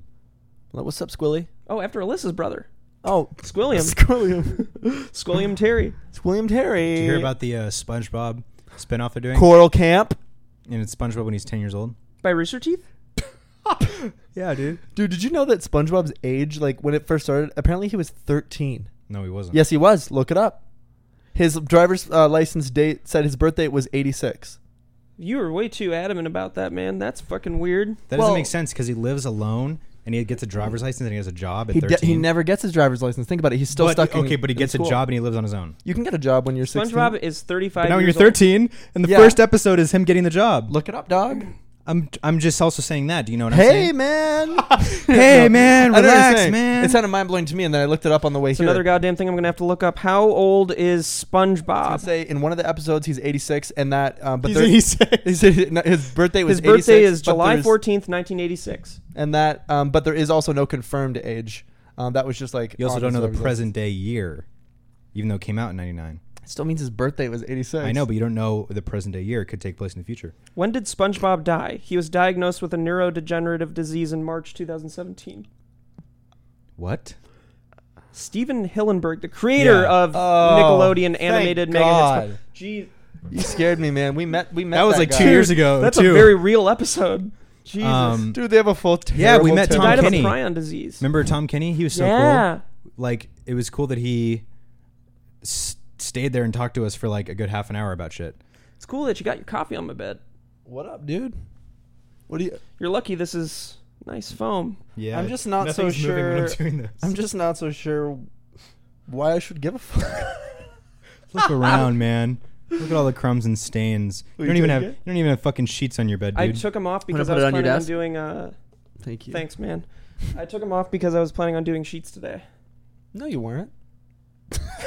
S1: Like, What's up, Squilly?
S3: oh, after Alyssa's brother,
S1: Oh,
S3: Squilliam,
S1: <laughs> Squilliam.
S3: Squilliam Terry.
S1: Squilliam Terry.
S2: Did you hear about the uh, SpongeBob spinoff they're doing?
S1: Coral Camp?
S2: And it's SpongeBob when he's 10 years old.
S3: By Rooster Teeth.
S2: Yeah, dude.
S1: Dude, did you know that SpongeBob's age, like when it first started, apparently he was 13.
S2: No, he wasn't.
S1: Yes, he was. Look it up. His driver's uh, license date said his birth date was 86.
S3: You were way too adamant about that, man. That's fucking weird.
S2: That
S1: Well-
S2: doesn't make sense because he lives alone and he gets a driver's license and he has a job at
S1: He, de-
S2: thirteen.
S1: he never gets his driver's license. Think about it. He's still
S2: but,
S1: stuck in
S2: okay, but he
S1: in
S2: gets a
S1: school.
S2: job and he lives on his own.
S1: You can get a job when you're 16.
S3: SpongeBob is 35
S2: But now
S3: years
S2: you're
S3: old.
S2: 13, and the
S1: Yeah.
S2: first episode is him getting the job. Look,
S1: Look it up, dog.
S2: I'm I'm just also saying that. Do you know what I'm
S1: Hey, <laughs>
S2: saying?
S1: man.
S2: Hey,
S1: I
S2: man,
S1: know what you're
S2: relax,
S1: saying.
S2: man.
S1: It sounded mind blowing to me, and then I looked it up on the way
S3: It's
S1: here.
S3: another goddamn thing I'm gonna have to look up. How old is
S1: I
S3: SpongeBob?
S1: say in one of the episodes he's 86, and that um, but
S2: <laughs> He's
S1: <laughs> there-
S2: 86.
S1: he said no, his birthday was
S3: His birthday
S1: 86,
S3: is
S1: but
S3: July
S1: there's-
S3: 14th, 1986.
S1: and that um, but there is also no confirmed age. Um, that was just like
S2: You also
S1: on his
S2: don't know the
S1: driver's
S2: present day year, even though it came out in '99.
S1: license. It still means his birthday was 86.
S2: I know, but you don't know the present day year. It could take place in the future.
S3: When did SpongeBob die? He was diagnosed with a neurodegenerative disease in March 2017.
S2: What?
S3: Steven Hillenberg, the creator
S2: Yeah.
S3: of
S1: Oh,
S3: Nickelodeon
S1: thank
S3: animated Mega
S1: God.
S3: Hits. Jeez,
S1: you scared me, man. We met. We met.
S2: That was like
S1: guy.
S2: two years ago.
S3: that's
S2: too.
S3: a very real episode. Jesus.
S2: Um,
S1: Dude, they have a full. Terrible,
S2: Yeah, we met
S3: he
S1: terrible-
S2: Tom
S3: died
S2: Kenny.
S3: of a prion disease.
S2: Remember Tom Kenny? He was so
S3: yeah.
S2: cool. Like it was cool that he s- stayed there and talked to us for like a good half an hour about shit.
S3: It's cool that you got your coffee on my bed.
S1: What up, dude? What do you?
S3: You're lucky this is nice foam.
S2: Yeah,
S1: I'm just not so
S2: nothing's moving when I'm
S1: sure-
S2: doing this.
S1: I'm just not so sure why I should give a fuck.
S2: <laughs>
S1: <laughs>
S2: Look around, man. Look at all the crumbs and stains.
S1: Well,
S2: You
S1: you
S2: don't even
S1: took
S2: have
S1: it?
S2: you don't even have fucking sheets on your bed,
S3: I
S2: dude.
S3: took them off
S1: Wanna
S3: because
S1: put
S3: I was
S1: it on your
S3: planning on
S1: desk?
S3: doing. Uh,
S1: Thank you.
S3: thanks, man. I took them off because I was planning on doing sheets today.
S1: No, you weren't.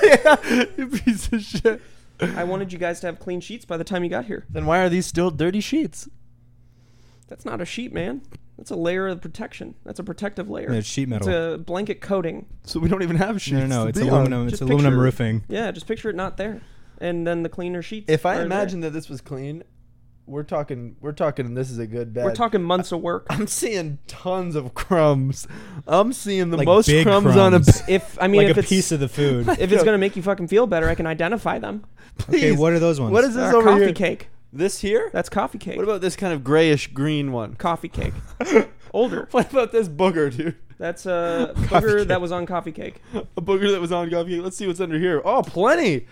S1: yeah, <laughs> you piece of shit.
S3: I wanted you guys to have clean sheets by the time you got here.
S1: Then why are these still dirty sheets?
S3: That's not a sheet, man. That's a layer of protection. That's a protective layer.
S2: No, it's sheet
S3: it's
S2: metal.
S3: a blanket coating.
S1: So we don't even have sheets.
S2: no, no, no.
S1: to
S2: It's
S1: be on.
S2: aluminum. It's
S3: Just
S2: aluminum
S3: picture-
S2: roofing.
S3: Yeah, just picture it not there, and then the cleaner sheets.
S1: If I
S3: are there.
S1: imagine that this was clean, we're talking. We're talking. This is a good bed.
S3: we're talking months of
S1: <laughs>
S3: work.
S1: I'm seeing tons of crumbs. I'm seeing the
S2: Like
S1: most
S2: big
S1: crumbs, on a.
S2: crumbs.
S3: If I mean,
S2: like
S3: if
S2: a
S3: it's
S2: piece of the food.
S3: if it's gonna make you fucking feel better, I can identify them.
S2: okay,
S1: Please.
S2: what are those ones?
S1: what is <laughs> this
S3: Our
S1: over
S3: coffee
S1: here?
S3: cake.
S1: This here?
S3: That's coffee cake.
S1: What about this kind of grayish green one? <laughs>
S3: coffee cake? Older.
S1: What about this booger, dude?
S3: That's a
S1: <laughs> Coffee
S3: booger
S1: cake.
S3: that was on coffee cake.
S1: A booger that was on coffee. Let's see what's under here. Oh, plenty.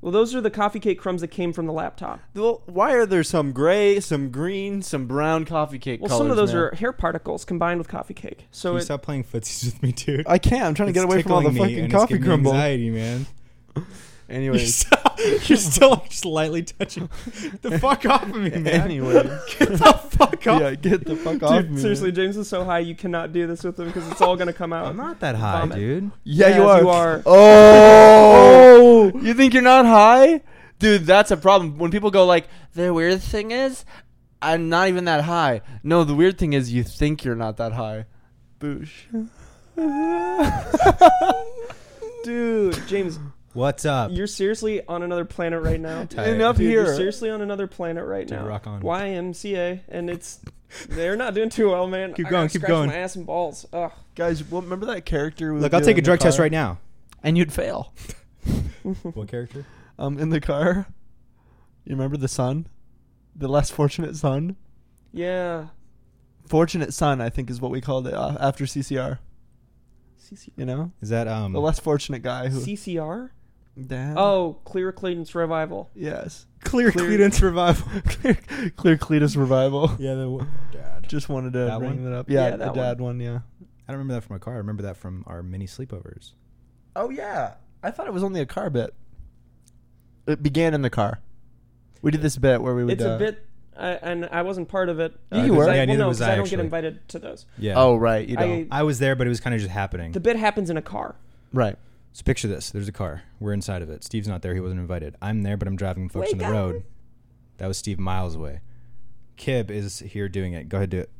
S3: Well, those are the coffee cake crumbs that came from the laptop.
S1: Well, Why are there some gray, some green, some brown coffee cake?
S3: Well,
S1: colors,
S3: some of those
S1: man?
S3: are hair particles combined with coffee cake. So
S2: Can you
S3: it,
S2: stop playing footsies with me, dude?
S1: I can't. I'm trying to
S2: It's
S1: get away from all the
S2: tickling me
S1: fucking
S2: and it's
S1: coffee
S2: giving me
S1: crumble.
S2: Anxiety, man. You're
S1: <laughs> Anyways,
S2: still, you're still like, just lightly touching the fuck off <laughs> of me, man.
S1: anyway, <laughs>
S2: Get the fuck off.
S1: yeah, get the fuck off
S3: dude,
S1: me.
S3: seriously, James is so high you cannot do this with him because it's all gonna come out.
S2: I'm not that high,
S3: Vomit.
S2: dude.
S1: Yeah, you
S3: Yes,
S1: are.
S3: you are.
S1: Oh, you think you're not high, dude? That's a problem. When people go like, the weird thing is, I'm not even that high. No, the weird thing is you think you're not that high. Boosh.
S3: <laughs> Dude, James,
S2: What's up?
S3: you're seriously on another planet right now.
S2: Tired.
S1: Enough
S3: Dude,
S1: here.
S3: you're seriously on another planet right
S2: Dude,
S3: now.
S2: rock on.
S3: YMCA, and it's they're not doing too well, man.
S2: Keep
S3: I
S2: going,
S3: gotta
S2: keep
S3: scratch
S2: going.
S3: My ass and balls. Ugh.
S1: Guys, well, remember that character? we
S2: Look,
S1: would
S2: I'll
S1: do
S2: take
S1: in
S2: a
S1: the
S2: drug test
S1: car?
S2: right now.
S1: and you'd fail.
S2: What character?
S1: Um, in the car. You remember the son, the less fortunate son.
S3: Yeah.
S1: Fortunate son, I think, is what we called it uh, after CCR.
S3: CC-
S1: You know,
S2: Is that um?
S1: the less fortunate guy who.
S3: CCR.
S1: Damn.
S3: Oh, Clear Clayton's revival.
S1: Yes.
S2: clear,
S1: Clear- <laughs>
S2: Cletus revival.
S1: Clear, clear Cletus revival. <laughs>
S2: yeah, the dad.
S1: Just wanted to
S2: That
S1: bring
S2: one?
S1: that up.
S3: Yeah,
S1: Yeah,
S3: that
S1: the dad one. yeah.
S2: I don't remember that from a car. I remember that from our mini sleepovers.
S1: Oh yeah. I thought it was only a car bit. It began in the car. We did this bit where we would.
S3: It's
S1: uh,
S3: a bit, I, and I wasn't part of it.
S1: Yeah, you were.
S3: because I,
S2: Uh, Yeah,
S3: well,
S2: neither
S3: no,
S2: was
S3: 'cause
S2: I,
S3: I don't get
S2: actually.
S3: invited to those.
S2: Yeah.
S1: Oh right, you
S3: I-
S1: don't.
S2: I was there, but it was kind of just happening.
S3: The bit happens in a car.
S1: right.
S2: so picture this: there's a car. We're inside of it. Steve's not there. He wasn't invited. I'm there, but I'm driving folks on
S3: Wake
S2: the
S3: up.
S2: road. That was Steve miles away. Kib is here doing it. Go ahead, do it.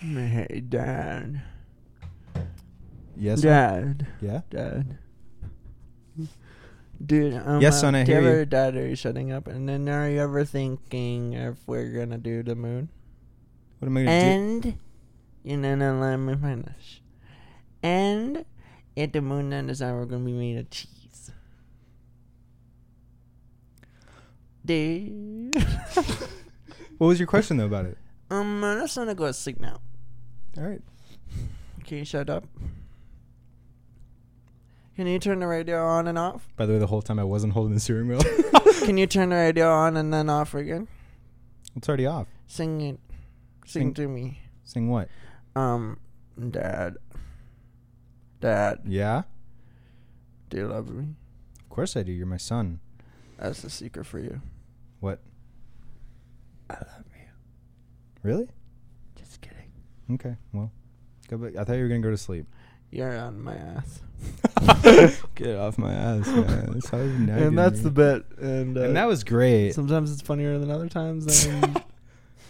S1: Hey, Dad.
S2: Yes. sir?
S1: Dad.
S2: Yeah.
S1: Dad. Dude, I'm
S2: Yes, son, I hear you.
S1: Dad, are you shutting up? And then are you ever thinking if we're gonna do the moon?
S2: What am I gonna do?
S1: And you know, now let me finish. And at the moon land is we're gonna be made of cheese.
S2: <laughs>
S1: Dude,
S2: What was your question though about it?
S1: um, I'm just gonna go to sleep now.
S2: All right.
S1: Can you shut up? Can you turn the radio on and off?
S2: By the way, the whole time I wasn't holding the steering wheel. <laughs>
S1: Can you turn the radio on and then off again?
S2: it's already off.
S1: Sing it. Sing
S2: Sing-
S1: to me.
S2: Sing what?
S1: Um, Dad. Dad,
S2: Yeah,
S1: do you love me?
S2: of course I do. You're my son.
S1: That's the secret for you.
S2: What?
S1: I love you.
S2: Really?
S1: Just kidding.
S2: Okay. Well, go back. I thought you were gonna go to sleep.
S1: You're on my
S2: <laughs>
S1: ass.
S2: Get off my <laughs> ass, man. That's how you nagging
S1: and that's
S2: me.
S1: the bit. And, uh,
S2: And that was great.
S1: sometimes it's funnier than other times. And,
S2: <laughs>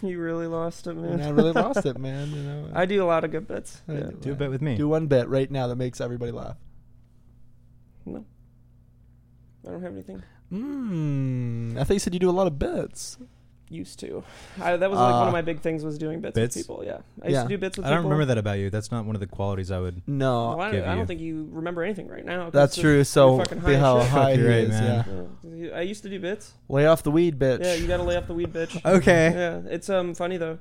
S3: You really lost it, man.
S1: and I really lost it, man. You know.
S3: <laughs> I do a lot of good bits.
S1: I
S3: Yeah.
S2: Do a bit with me.
S1: Do one bit right now that makes everybody laugh.
S3: No. I don't have anything.
S1: Mm, I thought you said you do a lot of bits.
S3: Used to. I, that was like one
S1: Uh,
S3: of my big things was doing bits,
S2: bits?
S3: with people. Yeah. I used
S1: Yeah.
S3: to do bits with
S2: I don't
S3: people.
S2: remember that about you. That's not one of the qualities I would.
S1: No,
S3: Well, I,
S2: give
S3: don't, I
S2: you.
S3: don't think you remember anything right now. 'cause
S1: that's
S3: you're-
S1: true.
S3: you're
S1: So
S3: fucking
S1: be
S3: as
S1: how
S3: shit.
S1: high he
S2: You're right,
S1: is.
S2: man.
S1: Yeah.
S3: Yeah. I used to do bits.
S1: Way off the weed, bitch.
S3: Yeah, you gotta lay off the
S1: <laughs>
S3: weed, bitch. <laughs>
S2: Okay.
S3: Yeah, it's um funny though.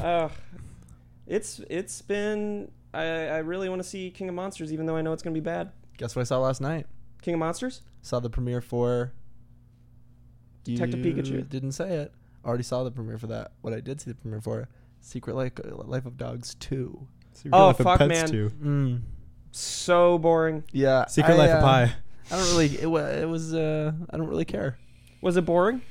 S3: uh, it's it's been I I really want to see King of Monsters, even though I know it's gonna be bad.
S1: Guess what I saw last night?
S3: King of Monsters?
S1: Saw the premiere for.
S3: Detective
S1: You
S3: Pikachu.
S1: Didn't say it. Already saw the premiere for that. What I did see the premiere for, Secret Life, uh, Life of Dogs two.
S2: Secret
S3: Oh,
S2: Life of
S3: fuck,
S2: Pets
S3: man.
S2: too.
S1: Mm.
S3: So boring.
S1: Yeah.
S2: Secret
S1: I,
S2: Life of
S1: uh,
S2: Pie.
S1: I don't really. It, wa- it was. Uh, I don't really care.
S3: Was it boring?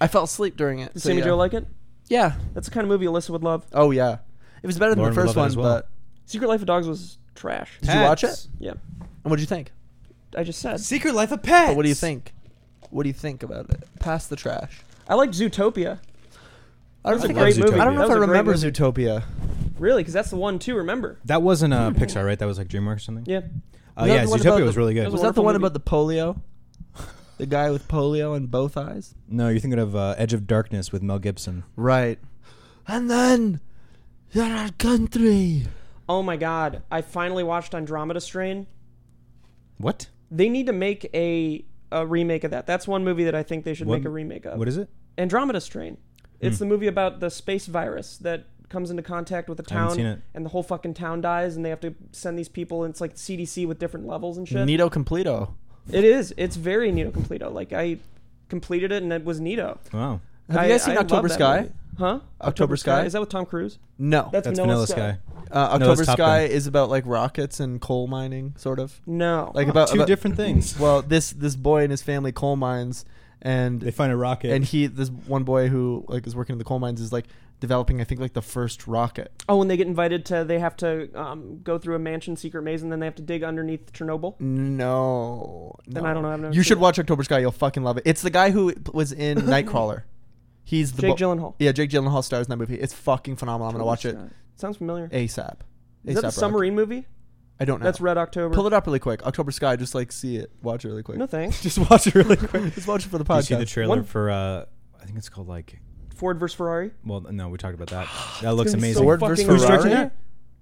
S1: I fell asleep during it.
S3: Did
S1: so
S3: Sammy
S1: yeah.
S3: Joe like it?
S1: Yeah.
S3: That's the kind of movie Alyssa would love.
S1: Oh yeah. It was better than
S2: Lauren
S1: the
S2: would
S1: first
S2: love it
S1: one,
S2: as well.
S1: but
S3: Secret Life of Dogs was trash.
S1: Did you watch
S2: Pets.
S1: it?
S3: Yeah,
S1: and what did you think?
S3: I just said.
S2: Secret Life of Pets.
S1: But what do you think? What do you think about it? Pass the trash.
S3: I liked Zootopia.
S1: I don't,
S3: That's a
S1: think
S3: great
S1: I,
S2: movie.
S1: I don't
S3: That
S1: know if
S3: was
S1: I
S3: a great
S1: remember
S3: movie.
S1: Zootopia.
S3: Really, because that's the one too. Remember?
S2: That wasn't uh, Pixar, right? That was like DreamWorks or something.
S3: Yeah.
S2: Uh,
S1: Was that
S2: yeah,
S1: the one about
S2: Zootopia
S1: the-
S2: was really good.
S3: was
S1: Oh, Was that the
S3: wonderful
S1: one
S3: movie.
S1: about the polio? the guy with polio in both eyes?
S2: No, you're thinking of uh, Edge of Darkness with Mel Gibson.
S1: Right. And then you're our country.
S3: Oh my god! I finally watched Andromeda Strain.
S2: What?
S3: They need to make a a remake of that. That's one movie that I think they should
S2: What-
S3: make a remake of.
S2: Uh, What is Hmm. it?
S3: Andromeda Strain. It's the movie about the space virus that comes into contact with a
S2: I haven't seen
S3: town,
S2: it.
S3: and the whole fucking town dies, and they have to send these people. And it's like CDC with different levels and shit.
S1: Nito Completo.
S3: It is. It's very Nito Completo. Like I completed it, and it was Nito.
S2: Wow.
S1: Have
S3: I-
S1: you guys seen
S3: I love
S1: October
S3: that
S1: Sky?
S3: movie. Huh?
S1: October Sky?
S3: Is that with Tom Cruise?
S1: No.
S3: That's,
S2: Oh, That's Vanilla
S3: Vanilla,
S2: Sky.
S1: Uh,
S2: No,
S1: October
S2: that's Top
S1: Sky
S2: Gun.
S1: is about like rockets and coal mining, sort of.
S3: No.
S1: Like about
S2: two
S1: about-
S2: different things.
S1: Well, this this boy and his family coal mines, and
S2: <laughs> They find a rocket.
S1: and he this one boy who like is working in the coal mines is like developing I think like the first rocket.
S3: oh, when they get invited to, they have to um, go through a mansion secret maze, and then they have to dig underneath Chernobyl.
S1: No,
S3: Then
S1: no.
S3: I don't know. I've never
S1: You
S3: seen
S1: should
S3: it.
S1: watch October Sky. You'll fucking love it. It's the guy who was in
S2: <laughs>
S1: Nightcrawler. He's the bo-
S3: Jake Gyllenhaal.
S1: yeah Jake Gyllenhaal stars in that movie. It's fucking phenomenal. I'm gonna watch it
S3: Sounds familiar.
S1: ASAP.
S3: Is that the
S1: ASAP,
S3: submarine movie?
S1: I don't know.
S3: That's Red October.
S1: Pull it up really quick. October Sky. Just like see it. Watch it really quick.
S3: No thanks.
S1: Just watch it <laughs> really quick. Just watch it for the
S2: Did you see
S1: podcast.
S2: the trailer
S3: One-
S2: for? Uh, I think it's called like.
S3: Ford versus Ferrari.
S2: Well, no, we talked
S1: <gasps>
S2: about that. That looks
S3: Gonna be
S2: amazing.
S1: Ford
S3: fucking
S1: versus Who's
S2: directing
S3: amazing.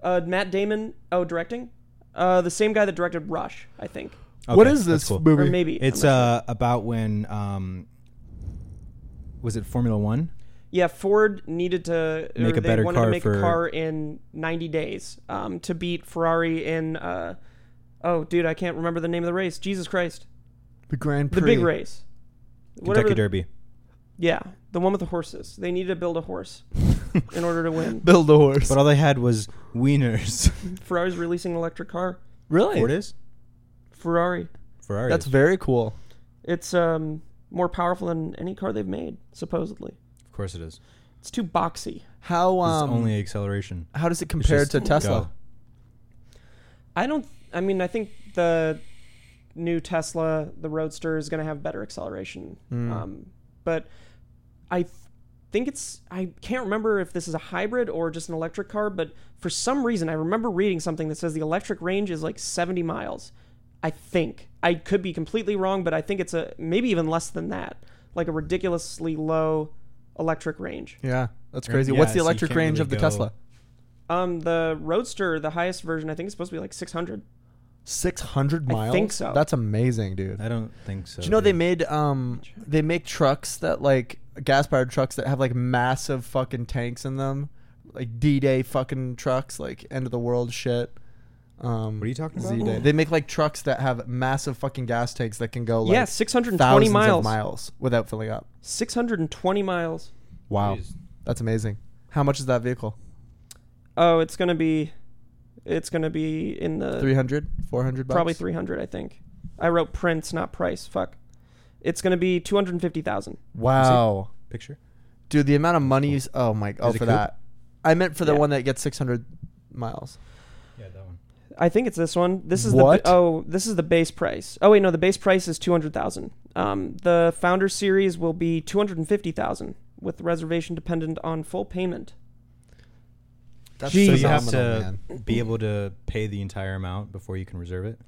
S3: Uh, Matt Damon. Oh, directing. Uh, the same guy that directed Rush, I think,
S2: Okay,
S1: what is
S2: that's
S1: this
S2: cool.
S1: movie?
S3: or maybe I'm
S2: It's
S3: not sure.
S2: uh, about when um, was it Formula One?
S3: Yeah, Ford needed to or
S2: Make a
S3: they
S2: better
S3: wanted
S2: car
S3: to make
S2: for-
S3: a car in 90 days um, to beat Ferrari in. Uh, oh, dude, I can't remember the name of the race. Jesus Christ,
S1: The Grand
S3: the
S1: Prix.
S3: big race.
S2: Kentucky
S3: the-
S2: Derby.
S3: Yeah, the one with the horses. They needed to build a
S2: <laughs>
S3: horse in order to win.
S1: Build a horse.
S2: But uh, all they had was wieners.
S3: Ferrari's releasing an electric car.
S1: Really?
S2: <laughs> Ford is
S3: Ferrari.
S2: Ferrari.
S1: That's
S2: is.
S1: very cool.
S3: It's um, more powerful than any car they've made, supposedly.
S2: of course it is.
S3: It's too boxy.
S1: How
S2: It's
S1: um
S2: only acceleration.
S1: how does it
S2: It's
S1: compare
S2: just
S1: to Tesla?
S2: go.
S3: I don't. I mean, I think the new Tesla, the Roadster, is going to have better acceleration.
S1: Hmm.
S3: Um, but I th- think it's. I can't remember if this is a hybrid or just an electric car. But for some reason, I remember reading something that says the electric range is like 70 miles. I think I could be completely wrong, but I think it's a maybe even less than that. Like a ridiculously low electric range.
S1: Yeah, that's crazy.
S2: yeah,
S1: What's the
S2: so you
S1: electric
S2: can't
S1: range
S2: really
S1: of the
S2: go-
S1: Tesla?
S3: Um, the Roadster, the highest version, I think is supposed to be like 600.
S1: Six hundred
S3: I
S1: miles.
S3: think so.
S1: That's amazing, dude.
S2: I don't think so.
S1: Do you know they
S2: dude.
S1: made um they make trucks that like gas powered trucks that have like massive fucking tanks in them, like D Day fucking trucks, like end of the world shit. Um,
S2: What are you talking about?
S1: Z Day. They make like trucks that have massive fucking gas tanks that can go like
S3: yeah, 620
S1: thousands
S3: miles.
S1: of miles without filling up.
S3: 620 miles.
S2: Wow.
S4: Jeez.
S1: That's amazing. How much is that vehicle?
S3: Oh, it's going to be it's going to be in the
S1: 300, 400 bucks?
S3: Uh, probably 300, I think. I wrote Prince, not price. Fuck. It's going to be 250,000.
S1: Wow.
S2: Picture.
S1: Dude, the amount of money you s- Oh my
S2: it
S1: Oh for
S2: coupe?
S1: that. I meant for the
S3: Yeah.
S1: one that gets 600 miles.
S2: Yeah, that one.
S3: I think it's this one. This is
S1: What?
S3: the oh, this is the base price. Oh wait, no, the base price is two hundred thousand. Um, the founder series will be two hundred and fifty thousand, with reservation dependent on full payment.
S1: That's
S2: so you have
S1: phenomenal,
S2: to be able to pay the entire amount before you can reserve it.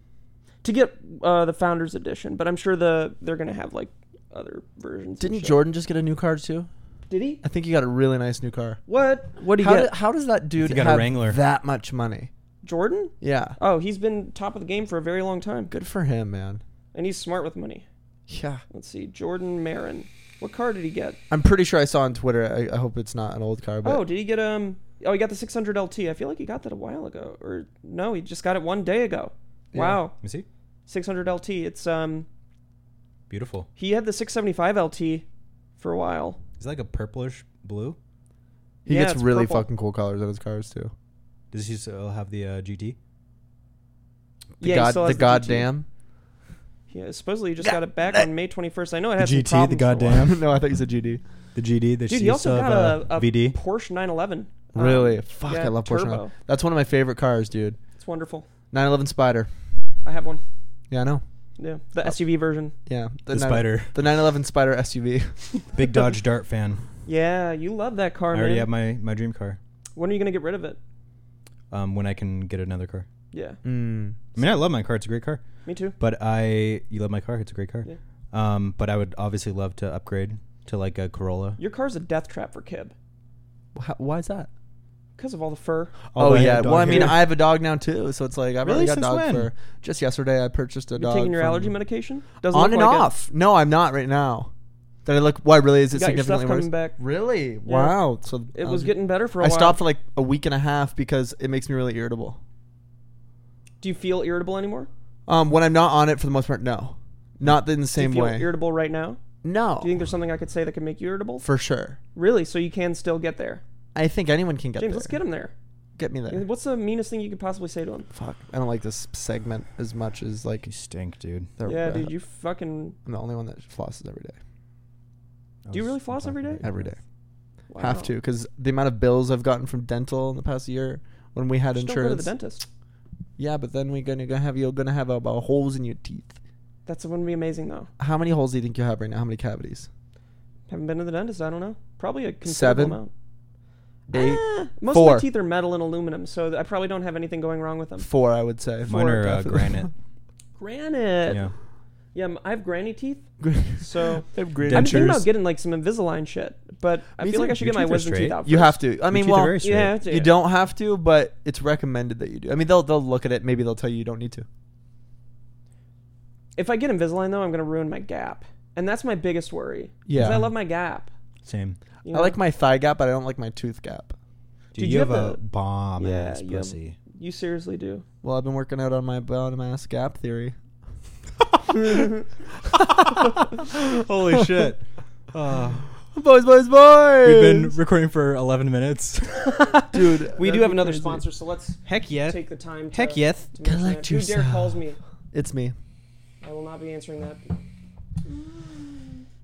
S3: to get uh, the founders edition, but I'm sure the they're gonna have like other versions. and
S1: Didn't
S3: shit.
S1: Jordan just get a new car too?
S3: Did he?
S1: I think he got a really nice new car.
S3: What? What
S1: How, do- how does that dude
S2: he got a
S1: have
S2: Wrangler.
S1: that much money?
S3: Jordan?
S1: Yeah.
S3: Oh, he's been top of the game for a very long time,
S1: Good for him, man.
S3: and he's smart with money.
S1: Yeah.
S3: Let's see, Jordan Marin. What car did he get?
S1: I'm pretty sure I saw on Twitter. I, I hope it's not an old car, but
S3: Oh, did he get um? Oh, he got the 600 LT. I feel like he got that a while ago, or no, he just got it one day ago.
S1: Yeah.
S3: Wow,
S2: Let me see.
S3: 600 LT. It's um,
S2: Beautiful.
S3: he had the 675 LT for a while.
S2: It's like a purplish blue.
S1: he
S3: Yeah,
S1: gets
S3: it's
S1: really
S3: purple.
S1: fucking cool colors on his cars too.
S2: Does he still have the uh, GT?
S1: The
S3: yeah, he
S1: god,
S3: still
S1: the,
S3: has GT.
S1: goddamn.
S3: Yeah, supposedly he just got it back on May 21st. I know it had
S2: GT, the
S3: some problems for a while.
S1: <laughs>
S2: goddamn.
S1: no, I thought you said GD.
S2: The GD. The
S3: Dude, he also got
S1: uh,
S3: a, a
S2: VD.
S3: Porsche 911. Um,
S1: Really? Fuck,
S3: yeah,
S1: I love Porsche.
S3: turbo.
S1: 911. That's one of my favorite cars, dude.
S3: It's wonderful.
S1: 911 Spider.
S3: I have one.
S1: Yeah, I know.
S3: Yeah, the SUV version.
S1: Yeah,
S2: The,
S1: 9
S3: <laughs>
S2: Spider.
S1: The 911 Spider SUV.
S2: Big Dodge Dart fan.
S3: Yeah, you love that car,
S2: I
S3: man.
S2: already have my, my dream car.
S3: when are you gonna get rid of it?
S2: Um, when I can get another car.
S3: Yeah,
S1: Mm.
S2: I mean, I love my car. It's a great car.
S3: me too.
S2: But I, you love my car. It's a great car.
S3: Yeah.
S2: Um, but I would obviously love to upgrade to like a Corolla.
S3: Your car's a death trap for Kib
S1: Wh- Why is that?
S3: because of all the fur.
S1: Oh,
S2: Although have
S1: yeah.
S2: a dog
S1: Well, I mean,
S2: hair.
S1: I have a dog now too, so it's like I've already
S2: Really?
S1: got
S2: Since
S1: dog
S2: when?
S1: fur. Just yesterday, I purchased a
S3: You're
S1: dog.
S3: taking your
S1: from-
S3: allergy medication? Doesn't
S1: On
S3: look
S1: and
S3: like it.
S1: off. No, I'm not right now. Did I look? Why really is
S3: You
S1: it
S3: got your stuff
S1: significantly worse?
S3: coming back.
S1: Really? Wow. So
S3: It was
S1: allergy-
S3: getting better for a
S1: I
S3: while.
S1: stopped for like a week and a half because it makes me really irritable.
S3: Do you feel irritable anymore?
S1: Um, when I'm not on it for the most part, no, not in the same
S3: Do you feel
S1: way.
S3: irritable right now?
S1: no,
S3: Do you think there's something I could say that could make you irritable?
S1: for sure.
S3: Really? So you can still get there,
S1: I think anyone can get
S3: James?
S1: there.
S3: Let's get him there.
S1: Get me there.
S3: What's the meanest thing you could possibly say to him?
S1: Fuck, I don't like this segment as much as like.
S2: You stink, dude.
S1: the-
S3: Yeah, dude, you fucking.
S1: I'm the only one that flosses every day.
S2: I
S3: Do you
S2: was
S3: really floss every
S2: talking
S3: day?
S2: about
S1: Every day,
S3: Wow.
S1: have to because the amount of bills I've gotten from dental in the past year when we had
S3: Just don't go to the
S1: insurance.
S3: dentist.
S1: yeah, but then we're gonna, gonna have you're gonna have uh, about holes in your teeth.
S3: That's wouldn't be amazing though.
S1: How many holes do you think you have right now? How many cavities?
S3: Haven't been to the dentist. I don't know. Probably a considerable
S1: Seven?
S3: amount.
S1: Eight,
S3: Ah, most of
S1: Four.
S3: my teeth are metal and aluminum, so I probably don't have anything going wrong with them.
S1: four, I would say.
S2: Mine
S1: Four,
S2: are uh,
S1: definitely. <laughs>
S2: granite.
S3: Granite. Yeah. <laughs>
S2: yeah.
S3: m- I have granny teeth, so
S1: <laughs> I have granite
S3: I'm thinking
S2: Dentures.
S3: about getting like some Invisalign shit. But I
S1: Me
S3: feel
S1: too.
S3: like I should
S2: Your
S3: get my
S2: teeth are
S3: wisdom teeth
S2: straight.
S3: out. First.
S1: You have to. I mean,
S2: Your teeth are
S1: well,
S2: very straight.
S3: Yeah, dude.
S1: You don't have to, but it's recommended that you do. I mean, they'll they'll look at it. Maybe they'll tell you you don't need to.
S3: If I get Invisalign though, I'm gonna ruin my gap, and that's my biggest worry. 'Cause
S1: Yeah.
S3: I love my gap.
S2: Same.
S3: you
S1: I
S3: know?
S1: like my thigh gap, but I don't like my tooth gap.
S2: Dude, you,
S3: Did you
S2: have,
S3: have
S2: a
S3: the-
S2: bomb
S3: Yeah,
S2: ass
S3: you have-
S2: pussy.
S3: You seriously do.
S1: Well, I've been working out on my bottom ass gap theory.
S2: <laughs> Holy shit.
S1: Boys, boys, boys.
S2: We've been recording for 11 minutes.
S1: dude.
S3: We do
S1: that'd
S3: have
S1: be
S3: another
S1: crazy.
S3: sponsor, so let's
S2: Heck yeah.
S3: take the time. To,
S2: Heck yes.
S3: to mention
S1: Collect
S3: that. Who dare
S1: yourself.
S3: calls me?
S1: It's me.
S3: I will not be answering that.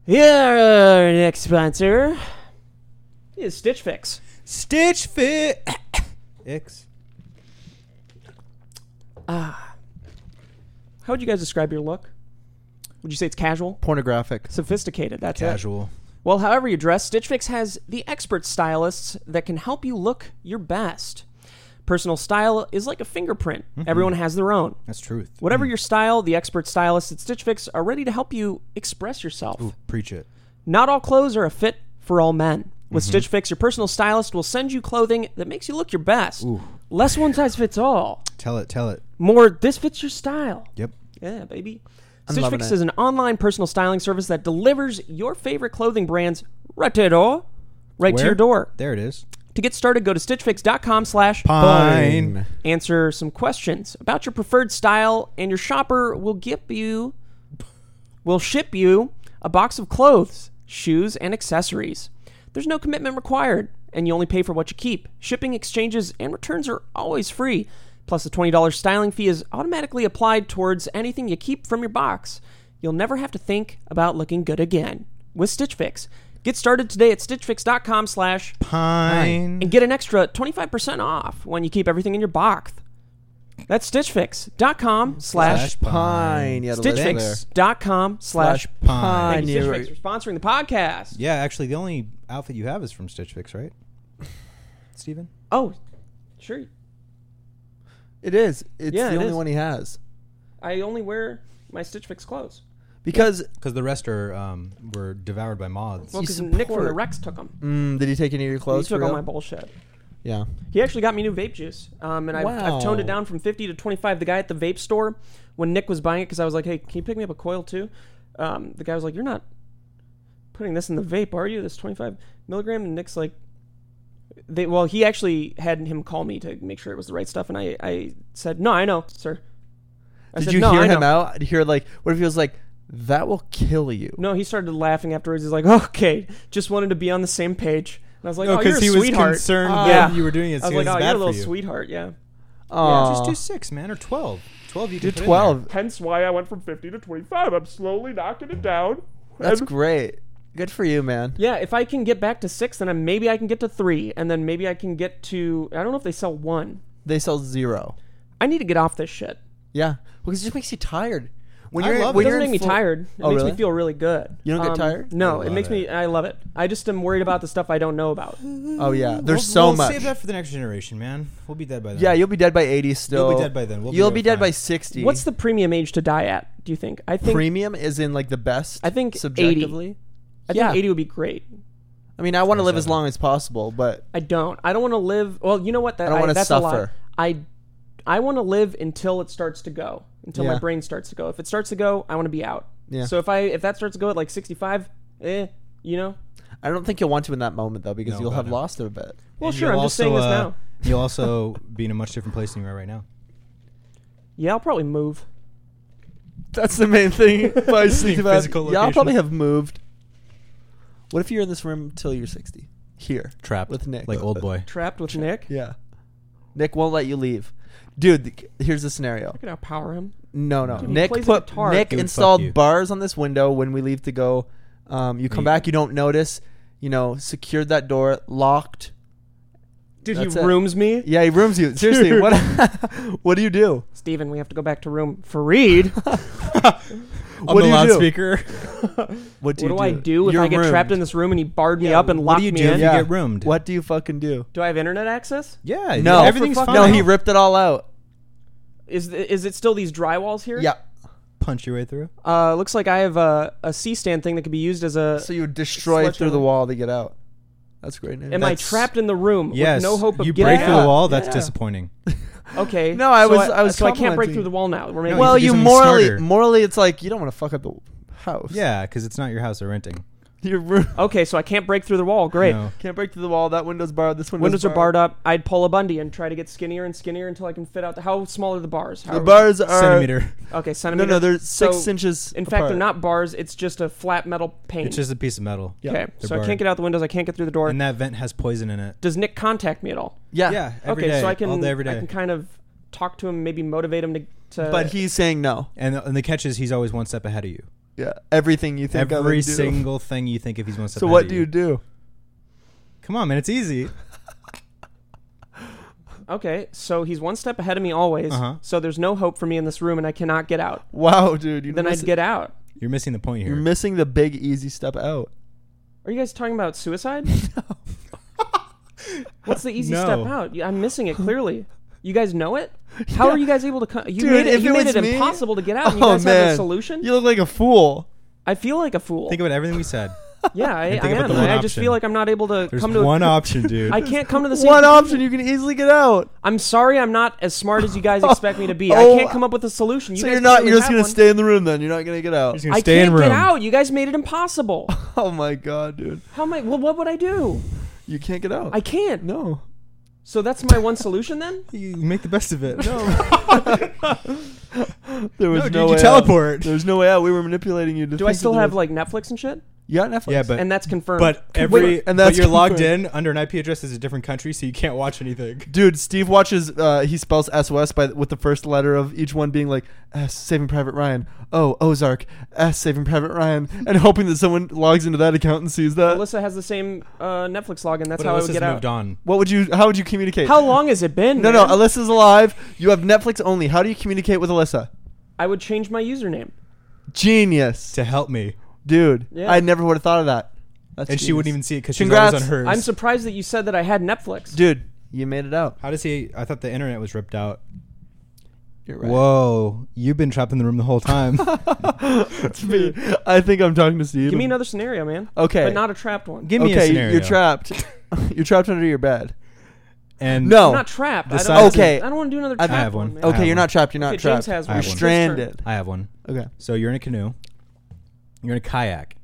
S3: Yeah, our next sponsor is Stitch Fix.
S2: Stitch Fit. X.
S3: How would you guys describe your look? Would you say it's casual?
S1: Pornographic.
S3: Sophisticated, that's it.
S2: Casual.
S3: Well, however you dress, Stitch Fix has the expert stylists that can help you look your best. Personal style is like a fingerprint, everyone has their own.
S2: That's truth.
S3: Whatever your style, the expert stylists at Stitch Fix are ready to help you express yourself.
S2: Preach it.
S3: Not all clothes are a fit for all men. With Stitch Fix, your personal stylist will send you clothing that makes you look your best. Less one size fits all.
S2: Tell it. Tell it.
S3: More, this fits your style.
S2: Yep.
S3: Yeah, baby. Stitch
S1: loving
S3: Fix
S1: it.
S3: is an online personal styling service that delivers your favorite clothing brands right to your door. Right to
S2: Where?
S3: your door.
S2: There it is.
S3: To get started, go to stitchfix.com slash
S2: Pine.
S3: answer some questions about your preferred style, and your shopper will give you will ship you a box of clothes, shoes, and accessories. There's no commitment required, and you only pay for what you keep. Shipping, exchanges, and returns are always free. Plus, the $20 styling fee is automatically applied towards anything you keep from your box. You'll never have to think about looking good again with Stitch Fix. Get started today at stitchfix.com slash
S2: Pine.
S3: and get an extra 25% off when you keep everything in your box. That's stitchfix.com slash
S1: Pine. Yeah, the letter there.
S3: stitchfix.com slash
S2: Pine.
S3: Thank you, Stitch Fix, for sponsoring the podcast.
S2: Yeah, actually, the only outfit you have is from Stitch Fix, right? <sighs> Steven?
S3: Oh, sure.
S1: It is. It's
S3: Yeah,
S1: the
S3: it
S1: only
S3: is.
S1: one he has.
S3: I only wear my Stitch Fix clothes.
S1: Because
S2: Because the rest are um, were devoured by moths.
S3: Well,
S1: You
S3: because Nick from the
S1: support.
S3: Rex took them.
S1: mm, did he take any of your
S3: He
S1: clothes?
S3: took
S1: for
S3: all
S1: real?
S3: my bullshit.
S1: yeah.
S3: He actually got me new vape juice, um, and I've, I've toned it
S1: Wow.
S3: down from 50 to 25. The guy at the vape store, when Nick was buying it, because I was like, "Hey, can you pick me up a coil too?" Um, the guy was like, "You're not putting this in the vape, are you? This 25 milligram?" And Nick's like, "They well, he actually had him call me to make sure it was the right stuff, and I, I said, "No, I know, sir." I
S1: Did
S3: said,
S1: you
S3: "No,
S1: hear
S3: I
S1: him
S3: know."
S1: out? Did you hear like what if he was like, "That will kill you."
S3: No, he started laughing afterwards. He's like, "Okay, just wanted to be on the same page." And I was like, "Oh, you're a
S2: he was
S3: sweetheart."
S2: concerned
S1: Oh.
S2: that
S3: Yeah.
S2: you were doing it.
S3: I was
S2: so
S3: like,
S2: it's
S3: "Oh,
S2: bad
S3: you're a
S2: for
S3: little
S2: you.
S3: sweet sweetheart." Yeah.
S2: Yeah,
S1: Aw.
S2: just do six, man, or twelve. Twelve, you
S1: do
S2: can put in there.
S1: twelve.
S3: Hence why I went from 50 to 25. I'm slowly knocking it down.
S1: That's great. Good for you, man.
S3: Yeah, if I can get back to six, then I, maybe I can get to three, and then maybe I can get to. I don't know if they sell one.
S1: They sell zero.
S3: I need to get off this shit.
S1: Yeah, because it just makes you tired. When
S2: I
S1: you're
S2: love
S1: when
S3: It
S2: it.
S1: you're
S3: doesn't
S1: in
S3: make me
S1: full-
S3: tired. It
S1: Oh,
S3: makes me
S1: really?
S3: feel really good. Um,
S1: You don't get tired?
S2: I
S3: No, it
S2: love
S3: makes me.
S2: it.
S3: I love it. I just am worried about the stuff I don't know about.
S1: Oh yeah,
S2: We'll-
S1: there's so
S2: we'll
S1: much.
S2: Save that for the next generation, man. We'll be dead by then.
S1: Yeah, you'll be dead by 80 still.
S2: dead by then. We'll be
S1: you'll
S2: there
S1: be dead by
S2: fine.
S1: 60.
S3: What's the premium age to die at? Do you think? I think.
S1: premium? Is in like the best.
S3: I think 80.
S1: subjectively.
S3: I
S1: Yeah.
S3: think eighty would be great.
S1: I mean, I want to live as
S2: 27.
S1: long as possible, but
S3: I don't. I don't want to live. Well, you know what? That
S1: I don't wanna
S3: that's A lie.
S1: suffer.
S3: I I want to live until it starts to go. Until my
S1: Yeah.
S3: brain starts to go. If it starts to go, I want to be out.
S1: Yeah.
S3: So if I if that starts to go at like 65, eh, you know.
S1: I don't think you'll want to in that moment though, because
S2: No,
S1: you'll
S2: God,
S1: have
S2: no.
S1: lost it a bit.
S3: Well,
S2: And
S3: sure. I'm
S2: you'll
S3: just saying this
S2: also, uh,
S3: now.
S2: <laughs> You'll also be in a much different place than you are right now.
S3: Yeah, I'll probably move.
S1: That's the main
S3: <laughs>
S1: thing. By
S2: Physical
S1: <laughs> physical yeah, I'll
S2: location.
S1: probably have moved. What if you're in this room till you're 60? Here.
S2: Trapped
S1: With Nick.
S2: like old boy.
S3: Trapped with Nick.
S1: Yeah. Nick won't let you leave. Dude, th- here's the scenario.
S3: I could outpower him.
S1: No, no.
S3: Dude, he
S1: Nick
S3: plays the
S1: put
S3: guitar.
S1: Nick
S2: He would fuck
S1: installed
S2: you.
S1: bars on this window when we leave to go. Um, you come
S2: Yeah.
S1: back, you don't notice. You know, secured that door, locked.
S3: Dude,
S1: That's
S3: he
S1: it.
S3: rooms me.
S1: Yeah, he rooms you. Seriously,
S3: Dude.
S1: what? <laughs> what do you do?
S3: Steven, we have to go back to room
S1: <laughs>
S3: Fareed. what
S1: What do you do?
S2: <laughs>
S1: What
S3: do I do if
S1: You're
S3: I get
S1: roomed.
S3: trapped in this room and he barred me up and
S2: What
S3: locked
S2: do you
S3: me
S2: do if
S3: in?
S2: you
S1: Yeah.
S2: get roomed?
S1: What do you fucking do?
S3: Do I have internet access?
S2: Yeah.
S1: No,
S2: Everything's fine.
S1: no. He ripped it all out.
S3: Is th- is it still these drywalls here?
S1: Yeah.
S2: punch your way through.
S3: Uh, looks like I have a, a C stand thing that could be used as a.
S1: So you destroy
S3: Sledge
S1: through the
S3: on.
S1: wall to get out. That's great. News.
S3: Am I
S2: That's-
S3: trapped in the room
S2: Yes.
S3: with no hope of
S2: you
S3: getting
S2: break through the
S3: out?
S2: wall. That's
S1: Yeah.
S2: disappointing.
S3: Okay.
S1: No, I
S3: so
S1: was- I was
S3: so I can't break
S1: complimenting.
S3: through the wall now. We're making-
S2: No,
S1: Well,
S2: you
S1: you
S2: could do something
S1: morally,
S2: smarter.
S1: morally, it's like you don't want to fuck up the house.
S2: Yeah, because it's not your house they're renting.
S1: Your room
S3: okay, so I can't break through the wall. Great.
S2: No.
S1: can't break through the wall. That window's barred. This window's
S3: Windows are barred up. I'd pull a Bundy and try to get skinnier and skinnier until I can fit out. The, how small are the bars? How
S1: The
S3: are we-
S1: bars are
S2: Centimeter.
S3: Okay,
S1: No,
S3: centimeter.
S1: no, they're six
S3: So,
S1: inches.
S3: In fact, they're
S1: apart.
S3: not bars. It's just a flat metal pane.
S2: It's just a piece of metal.
S1: Yeah.
S3: okay,
S2: they're
S3: so I
S2: barred.
S3: can't get out the windows. I can't get through the door.
S2: And that vent has poison in it.
S3: Does Nick contact me at all?
S1: Yeah.
S2: Yeah. every
S3: okay,
S2: day,
S3: so I can
S2: all day, every
S3: I
S2: day.
S3: can kind of talk to him, maybe motivate him to. to
S1: But he's saying no.
S2: and, the, and the catch is he's always one step ahead of you.
S1: Yeah. Everything you think of.
S2: Every
S1: and do.
S2: single thing you think of, he's one step
S1: So
S2: ahead
S1: what
S2: of
S1: do you do?
S2: Come on, man. It's easy.
S3: Okay, so he's one step ahead of me always.
S2: Uh-huh.
S3: So there's no hope for me in this room, and I cannot get out.
S1: Wow, dude. You
S3: Then I'd get out.
S2: You're missing the point
S1: You're
S2: here.
S1: missing the big easy step out.
S3: Are you guys talking about
S1: <laughs>
S3: suicide? <laughs> What's the easy
S2: No.
S3: step out? You- I'm missing it clearly. You guys
S1: <laughs>
S3: know it. How are you guys able to? Co- you
S1: Dude,
S3: made it,
S1: if
S3: you
S1: it
S3: made
S1: was
S3: it
S1: me-
S3: impossible to get out. and you
S1: Oh,
S3: guys have a
S1: man.
S3: solution.
S1: You look like a fool.
S3: I feel like a fool.
S2: Think about everything
S1: <laughs>
S2: we
S3: <laughs>
S2: said.
S3: yeah, I,
S2: think
S3: I
S2: about
S3: am.
S2: the one
S3: I just
S2: option.
S3: feel like I'm not able to
S2: There's
S3: come to. <laughs>
S2: one
S3: a,
S2: option, dude.
S3: I can't come
S1: <laughs>
S3: to the same. <laughs>
S1: One option you can easily get out.
S3: I'm sorry, I'm not as smart as you guys expect me to be.
S1: <laughs> Oh,
S3: I can't come up with a solution. You
S1: so
S3: guys
S1: you're not.
S3: clearly
S1: You're just
S3: have
S1: gonna
S3: one.
S1: stay in the room. Then you're not gonna get out.
S2: He's gonna
S3: I
S2: stay
S3: can't
S2: in
S1: <laughs>
S2: room.
S3: get out. You guys made it impossible.
S1: Oh my god, dude.
S3: How am I? Well, what would I do?
S1: You can't get <laughs> out.
S3: I can't.
S1: no.
S3: So that's my one solution then?
S2: You make the best
S1: <laughs>
S2: of it.
S3: <laughs>
S1: There was no,
S2: No, dude, you
S1: way out.
S2: teleport.
S1: There was no way out. We were manipulating you. To
S3: Do I
S1: think
S3: still
S1: that there
S3: have
S1: was-
S3: like Netflix and shit?
S1: You got Netflix.
S2: yeah, but
S3: And that's
S2: <laughs>
S3: confirmed.
S2: but every
S1: Wait,
S2: and
S1: and
S2: that's
S1: that's
S2: but you're logged
S1: confirmed.
S2: in under an IP address is a different country, <laughs> so you can't watch anything.
S1: dude, Steve watches. Uh, he spells SOS by with the first letter of each one being like S Saving Private Ryan. O Ozark. S Saving Private Ryan, and hoping that someone logs into that account and sees that.
S3: Alyssa has the same uh, Netflix login. That's
S2: But
S3: how I
S2: Alyssa's
S3: would get out.
S2: moved on.
S1: What would you? How would you communicate?
S3: How long has it been?
S1: No, no.
S3: man?
S1: Alyssa's alive. You have Netflix only. How do you communicate with Alyssa?
S3: I would change my username.
S1: Genius,
S2: to help me,
S1: dude.
S3: Yeah.
S1: I never would have thought of that. That's
S2: and she
S1: genius.
S2: wouldn't even see it because she's always on
S1: Congrats.
S2: hers.
S3: I'm surprised that you said that I had Netflix.
S1: Dude, you made it out.
S2: How does he? I thought the internet was ripped out.
S1: You're right.
S2: Whoa, you've been trapped in the room the whole time.
S1: It's me. I think I'm talking to Steve.
S3: Give me another scenario, man.
S1: Okay.
S3: But not a trapped one.
S2: Give me a
S1: okay,
S2: scenario.
S1: you're
S3: <laughs>
S1: trapped. <laughs> you're trapped under your bed.
S2: And
S1: No.
S3: I'm not trapped. I don't,
S2: Besides-
S1: Okay.
S3: I don't want to do another
S1: I
S3: trapped
S2: have one.
S3: man.
S2: I have
S1: Okay, you're
S2: one.
S1: not trapped. You're not
S3: Okay, James
S1: trapped.
S3: has
S2: I
S1: you're
S2: have
S3: one.
S2: one.
S1: stranded.
S2: I have one.
S1: Okay.
S2: So you're in a canoe. You're in a kayak,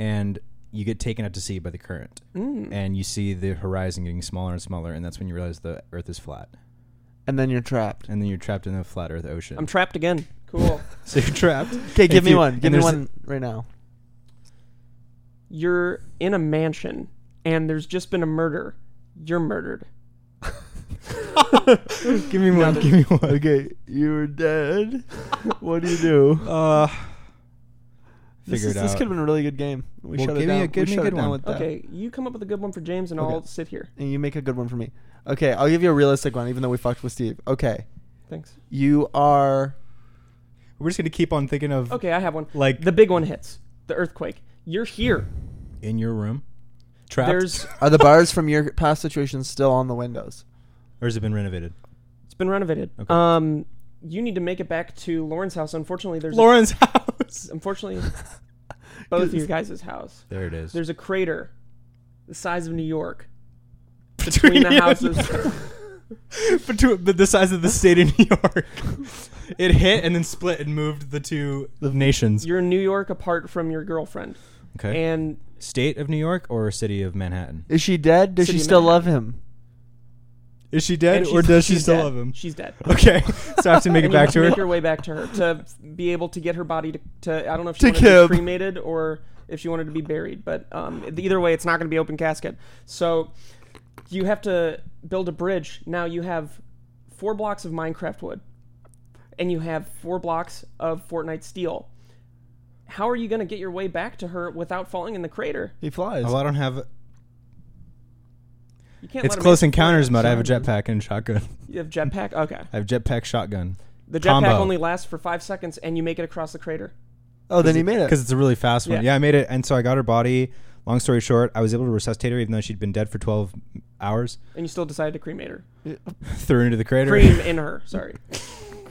S2: and you get taken out to sea by the current,
S3: Mm.
S2: and you see the horizon getting smaller and smaller, and that's when you realize the Earth is flat,
S1: And then you're trapped.
S2: and then you're trapped in the flat Earth ocean.
S3: I'm trapped again. Cool.
S2: <laughs> so you're trapped.
S1: Okay,
S2: If
S1: give me
S2: you-
S1: one.
S2: and
S1: Give me
S2: there's-
S1: one right now.
S3: You're in a mansion and there's just been a murder. You're murdered.
S2: <laughs> Give me one. Give me one.
S1: Okay, you're
S2: <laughs>
S1: dead. what do you do?
S2: Uh,
S1: This,
S2: figure
S1: is-
S2: it
S1: this
S2: out.
S1: could have been a really good game. We
S2: Well,
S1: shut
S2: give
S1: it
S2: me
S1: down.
S2: a- give
S1: we
S2: me a
S1: shut
S2: good
S1: it down
S2: one.
S1: with that.
S3: Okay, you come up with a good one for James and I'll sit here.
S1: And you make a good one for me. Okay, I'll give you a realistic one, even though we fucked with Steve. Okay,
S3: Thanks.
S1: you are.
S2: We're just gonna keep on thinking of
S3: Okay, I have one.
S2: like
S3: The big one hits. The earthquake. You're here.
S2: in your room, trapped,
S3: There's
S1: Are the bars from your past situation still on the windows?
S2: or has it been renovated?
S3: it's been renovated.
S2: Okay.
S3: Um you need to make it back to Lauren's house. Unfortunately, there's a-
S2: Lauren's <laughs> house. <laughs>
S3: unfortunately both your guys' house.
S2: There it is.
S3: There's a crater the size of New York
S2: <laughs> between
S3: between the houses.
S2: <laughs> between the, the size of the state of <laughs> New York. it hit and then split and moved the two nations.
S3: You're in New York apart from your girlfriend.
S2: Okay.
S3: And
S2: state of New York or city of Manhattan?
S1: Is she dead? Does
S3: City
S1: she
S3: of
S1: still love
S3: Manhattan.
S1: him?
S2: Is she dead
S3: and
S2: or
S3: she's-
S2: does she
S3: she's
S2: still
S3: dead.
S2: love him?
S3: She's dead.
S2: Okay, so I have to make it
S3: And you
S2: back
S3: have
S2: to
S3: Make
S2: her.
S3: your way back to her to be able to get her body to. to I don't know if
S1: To
S3: she wanted to be
S1: Kib.
S3: cremated or if she wanted to be buried, but um, either way, it's not going to be open casket. So you have to build a bridge. Now you have four blocks of Minecraft wood, and you have four blocks of Fortnite steel. How are you going to get your way back to her without falling in the crater?
S1: He flies.
S2: <laughs> Oh, I don't have.
S3: You can't.
S2: It's
S3: let him
S2: close
S3: in.
S2: encounters mode. I have a jetpack and shotgun.
S3: You have jetpack. Okay.
S2: I have jetpack shotgun
S3: The jetpack
S2: Combo.
S3: only lasts for five seconds, and you make it across the crater.
S1: Oh, then he made it.
S2: because it's a really fast one.
S3: Yeah.
S2: Yeah. I made it, and so I got her body. Long story short, I was able to resuscitate her even though she'd been dead for twelve hours. <laughs>
S3: And you still decided to cremate her.
S2: Threw her into the crater.
S3: Cream in her. Sorry.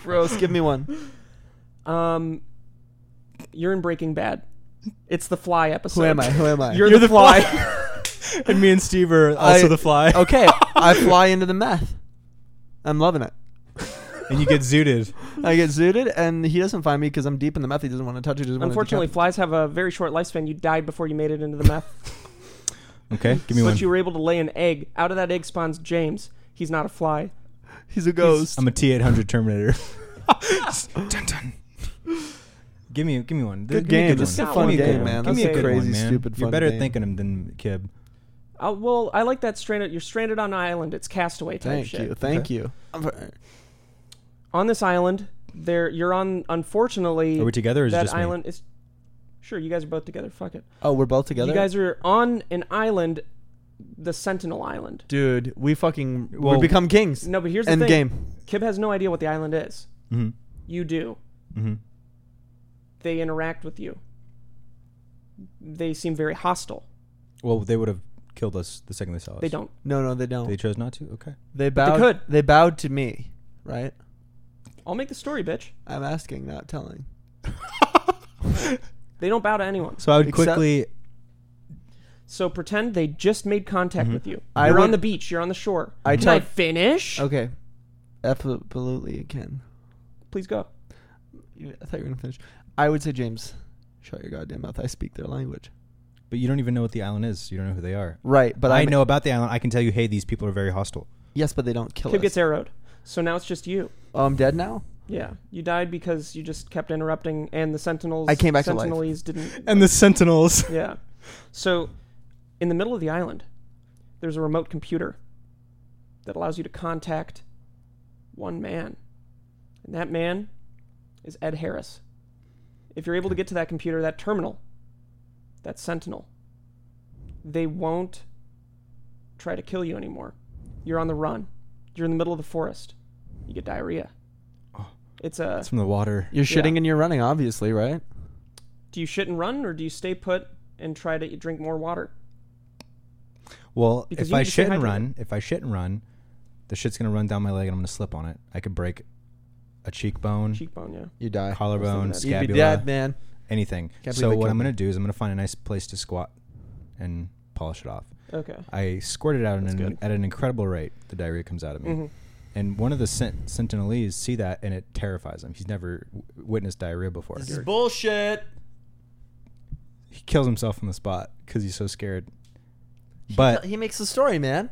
S1: Gross. Give me
S3: <laughs>
S1: one.
S3: Um, you're in Breaking Bad. It's the Fly episode.
S1: Who am I? Who am I?
S3: You're, the, Fly.
S2: <laughs> and me and Steve are also
S1: I-
S2: the fly.
S1: <laughs> okay.
S3: <laughs>
S1: I fly into the meth. I'm loving it.
S2: and you get zooted.
S1: I get zooted, and he doesn't find me because I'm deep in the meth. He doesn't want to touch it. Doesn't wanna
S3: Unfortunately,
S1: decap-
S3: flies have a very short lifespan. You died before you made it into the meth,
S2: Okay, <laughs> give me
S3: but
S2: one.
S3: you were able to lay an egg. Out of that egg spawns James. He's not a fly.
S1: he's a ghost.
S2: I'm a T800 Terminator. <laughs> dun, dun. Give me, give me one.
S1: Good
S2: Give me
S1: game. This
S2: one.
S1: is a
S3: Not
S1: fun
S3: one.
S2: Give me
S1: game,
S2: good
S1: man.
S2: one.
S1: That's
S2: Give me
S1: a
S2: good
S1: crazy,
S2: one, man.
S1: stupid, fun
S2: You're better
S1: game.
S2: at thinking 'em than Kib.
S3: Uh, well, I like that stranded. You're stranded on an island. It's castaway type
S1: Thank
S3: shit.
S1: you. Thank you.
S3: On this island, there you're on. Unfortunately,
S2: Are we together or is it
S3: that
S2: just me?
S3: island is. Sure, you guys are both together. Fuck it.
S1: Oh, we're both together.
S3: You guys are on an island, the Sentinel Island.
S1: dude, we fucking
S2: Well-
S1: we become kings.
S3: No, but here's the
S1: End
S3: thing.
S1: game.
S3: Kib has no idea what the island is.
S2: Mm-hmm.
S3: You do.
S2: Mm-hmm.
S3: They interact with you. They seem very hostile.
S2: Well, they would have killed us the second they saw us.
S3: They don't.
S1: No, no, they don't.
S2: They
S1: They,
S2: chose not to. Okay.
S1: bowed.
S3: could.
S1: They bowed to me, right?
S3: I'll make the story, bitch.
S1: I'm asking, not telling.
S3: They don't bow to anyone.
S2: So I would
S1: Except-
S2: quickly.
S3: So pretend they just made contact with you.
S1: Mm-hmm. I
S3: you're on
S1: would-
S3: the beach. You're on the shore.
S1: I
S3: Can
S1: tell-
S3: I finish?
S1: Mm-hmm. Okay, absolutely, again.
S3: Please go.
S1: I thought you were gonna finish. I would say, James, shut your goddamn mouth. I speak their language.
S2: But you don't even know what the island is. You don't know who they are.
S1: Right, but
S2: I
S1: I'm-
S2: know about the island. I can tell you, hey, these people are very hostile.
S1: Yes, but they don't kill
S3: Kib
S1: us.
S3: gets arrowed. So now it's just you.
S1: oh, I'm dead now.
S3: Yeah, you died because you just kept interrupting, and the Sentinels.
S1: I came back to life.
S3: Sentinelese didn't.
S2: And the Sentinels.
S3: Yeah. So, in the middle of the island, there's a remote computer that allows you to contact one man. And that man is Ed Harris. If you're able to get to that computer, that terminal, that sentinel, they won't try to kill you anymore. You're on the run. You're in the middle of the forest. You get diarrhea. It's a.
S2: It's from the water.
S1: You're
S3: Yeah.
S1: shitting and you're running, obviously, right?
S3: Do you shit and run, or do you stay put and try to drink more water?
S2: Well,
S3: Because
S2: if
S3: you
S2: I
S3: need to stay
S2: shit and
S3: hydrated.
S2: run, if I shit and run, the shit's gonna run down my leg and I'm gonna slip on it. I could break a cheekbone,
S3: Cheekbone, yeah.
S1: You die.
S2: collarbone,
S3: You'd be
S1: You'd be
S2: scapula,
S1: dead, man.
S2: anything.
S1: Can't
S2: So
S1: believe they
S2: what
S1: killed
S2: I'm
S1: me.
S2: gonna do is I'm gonna find a nice place to squat and polish it off.
S3: Okay.
S2: I squirt it out in
S3: That's
S2: an,
S3: good.
S2: at an incredible rate. The diarrhea comes out of me.
S3: hmm
S2: And one of the sen- Sentinelese see that, and it terrifies him. He's never w- witnessed diarrhea before.
S1: This is bullshit.
S2: He kills himself on the spot because he's so scared. But
S1: he makes the story, man.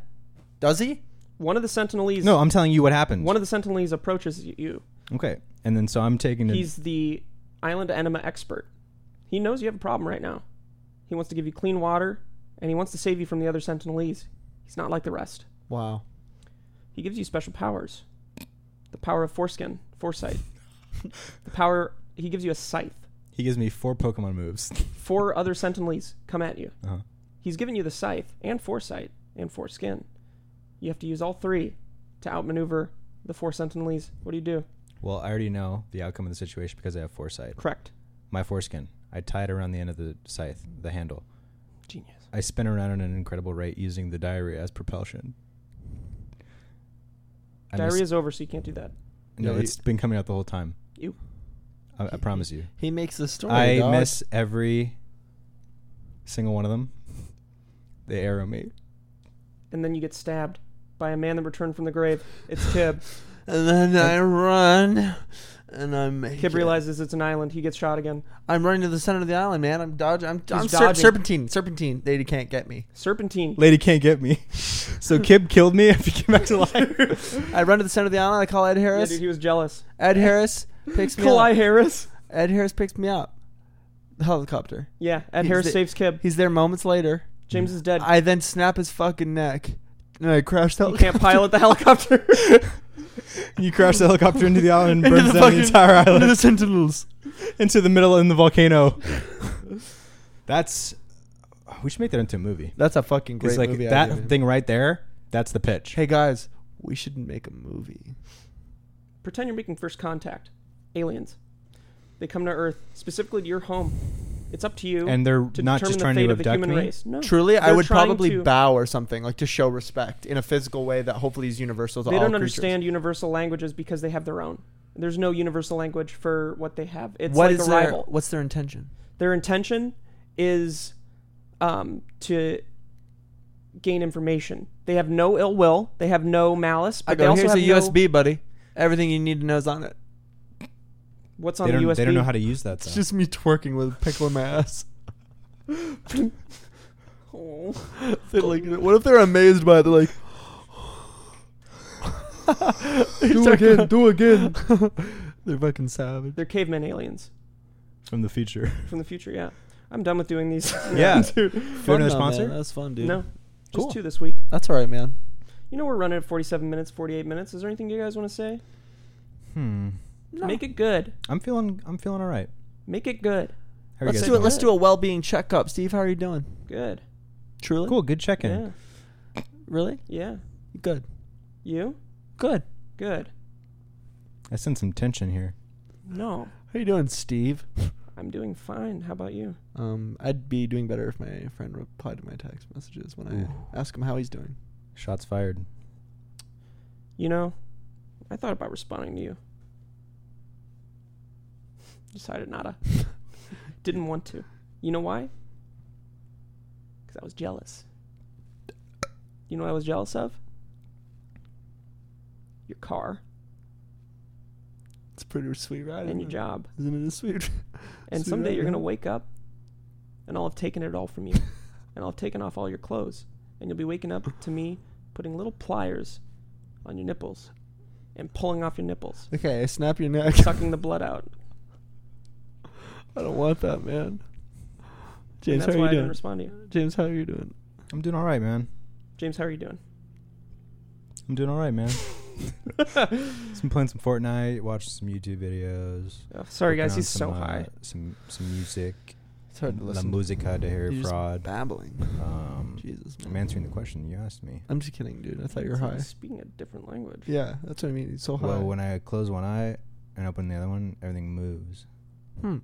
S1: Does he?
S3: One of the Sentinelese.
S2: no, I'm telling you what happened.
S3: One of the Sentinelese approaches y- you.
S2: okay, and then so I'm taking. A,
S3: He's the island enema expert. He knows you have a problem right now. He wants to give you clean water, and he wants to save you from the other Sentinelese. He's not like the rest.
S1: Wow.
S3: He gives you special powers. The power of foreskin,
S2: <laughs>
S3: foresight. the power. He gives you a scythe.
S2: he gives me four Pokemon moves. <laughs>
S3: Four other Sentinelese come at you.
S2: Uh-huh.
S3: He's given you the scythe and foresight and foreskin. You have to use all three to outmaneuver the four Sentinelese. What do you do?
S2: Well, I already know the outcome of the situation because I have foresight.
S3: Correct.
S2: My foreskin. I tie it around the end of the scythe, the handle.
S3: Genius.
S2: I spin around at an incredible rate using the diarrhea as propulsion. I
S3: Diarrhea
S2: missed-
S3: is over, so you can't do that.
S2: no,
S1: Yeah,
S2: it's been coming out the whole time.
S3: Ew.
S2: I, I promise you.
S1: He makes the story.
S2: I
S1: dog.
S2: miss every single one of them. They arrow me.
S3: And then you get stabbed by a man that returned from the grave. It's Kib.
S1: And then I run, and I make.
S3: Kib
S1: it.
S3: realizes it's an island. He gets shot again.
S1: I'm running to the center of the island, man. I'm dodging. I'm, I'm ser-
S3: dodging.
S1: serpentine. Serpentine. They can't get me.
S3: Serpentine.
S2: Lady can't get me. so Kib killed me <laughs> if he came back to life.
S1: I run to the center of the island. I call Ed
S3: Yeah,
S1: Harris.
S3: dude, he was jealous.
S1: Ed Harris picks me
S3: Kali
S1: up.
S3: Harris.
S1: Ed Harris picks me up. The helicopter.
S3: Yeah, Ed
S1: He's
S3: Harris
S1: the-
S3: saves Kib.
S1: He's there moments later.
S3: James is dead.
S1: I then snap his fucking neck, and I crash the
S3: you can't pilot
S1: <laughs>
S3: the helicopter.
S2: you crash the helicopter into the island and
S1: Into
S2: burns
S1: the
S2: down
S1: fucking-
S2: the entire island.
S1: <laughs> into the Sentinels.
S2: into the middle in the
S3: <laughs>
S2: volcano. that's we should make that into a movie.
S1: That's a fucking great
S2: It's like
S1: movie.
S2: that
S1: idea, man.
S2: thing right there. That's the pitch.
S1: Hey guys, we should make a movie.
S3: Pretend you're making first contact. Aliens. They come to Earth, specifically to your home. It's up to you.
S2: And they're
S3: to
S2: not
S3: determine
S2: just
S3: the
S2: trying
S3: fate
S2: to
S3: of the
S2: abduct
S3: human
S2: me.
S3: race. No,
S1: Truly, I
S3: they're
S1: would
S3: trying
S1: probably
S3: to-
S1: bow or something like to show respect in a physical way that hopefully is universal to
S3: they
S1: all
S3: don't
S1: creatures.
S3: understand universal languages because they have their own. There's no universal language for what they have. It's
S1: What
S3: like
S1: is
S3: a
S1: their
S3: rival.
S1: what's their intention?
S3: Their intention is um, to gain information. They have no ill will. They have no malice. But
S1: I
S3: they
S1: go
S3: also
S1: here's a
S3: have no-
S1: USB, buddy. Everything you need to know is on it.
S3: What's on
S2: They
S3: the
S2: don't,
S3: USB?
S2: they don't know how to use that
S1: It's
S2: stuff.
S1: just me twerking with a pickle in my ass.
S3: Oh.
S1: <laughs> They're like, what if they're amazed by it? They're <laughs> like, do again, do <laughs> again. they're fucking savage.
S3: <laughs> They're cavemen aliens
S2: from the future.
S3: from the future. Yeah, I'm done with doing these. <laughs>
S2: Yeah.
S3: Dude.
S2: Do you have another sponsor?
S1: That's fun, dude.
S3: no, just
S2: Cool.
S3: two this week.
S1: That's all right, man.
S3: You know we're running at 47 minutes, 48 minutes. Is there anything you guys want to say?
S2: <laughs> Hmm.
S3: Make it good.
S2: I'm feeling I'm feeling all right.
S3: Make it good.
S2: How are you
S1: Let's
S2: guys
S1: do it.
S2: doing?
S1: Let's do a well-being checkup. Steve, how are you doing?
S3: Good.
S1: Truly?
S2: Cool, good check-in.
S3: Yeah.
S1: Really?
S3: Yeah.
S1: Good.
S3: You?
S1: Good.
S3: Good.
S2: I sense some tension here.
S3: No,
S1: How you doing, Steve?
S3: I'm doing fine. How about you?
S1: Um, I'd be doing better if my friend replied to my text messages when I ask him how he's doing.
S2: Shots fired.
S3: You know, I thought about responding to you. <laughs> Decided not to.
S1: <laughs>
S3: Didn't want to. You know why? Because I was jealous. You know what I was jealous of? Your car
S1: It's a pretty sweet ride.
S3: and
S1: Isn't
S3: your
S1: it?
S3: job.
S1: Isn't it a sweet?
S3: And
S1: Mm-hmm. See
S3: someday
S1: that
S3: you're going to
S1: now?
S3: wake up and I'll have taken it all
S1: <laughs>
S3: from you, and I'll have taken off all your clothes, and you'll be waking up to me putting little pliers on your nipples and pulling off your nipples,
S1: <laughs> Okay, <laughs> I snap your neck.
S3: sucking the blood out.
S1: I don't want that, man.
S3: And
S1: James, how
S3: that's
S1: are
S3: why
S1: you
S3: I didn't
S1: doing?
S3: respond to you.
S1: James, how are you doing?
S2: I'm doing all right, man.
S3: James, how are you doing?
S2: I'm doing all right,
S3: <laughs>
S2: man. Just been playing some Fortnite, watching some YouTube videos.
S3: Oh, sorry,
S2: working
S3: guys,
S2: on
S3: he's
S2: some,
S3: so
S2: uh,
S3: high.
S2: Some some music.
S1: It's hard to
S2: La
S1: listen.
S2: musica de Harry
S1: You're just
S2: Fraud.
S1: babbling.
S2: Um,
S1: Jesus, man.
S2: I'm answering the question you asked me.
S1: I'm just kidding, dude. I thought you were
S3: It's like
S1: high.
S3: Speaking a different language.
S1: Yeah, that's what I mean. It's so high.
S2: Well, when I close one eye and open the other one, everything moves.
S1: hmm.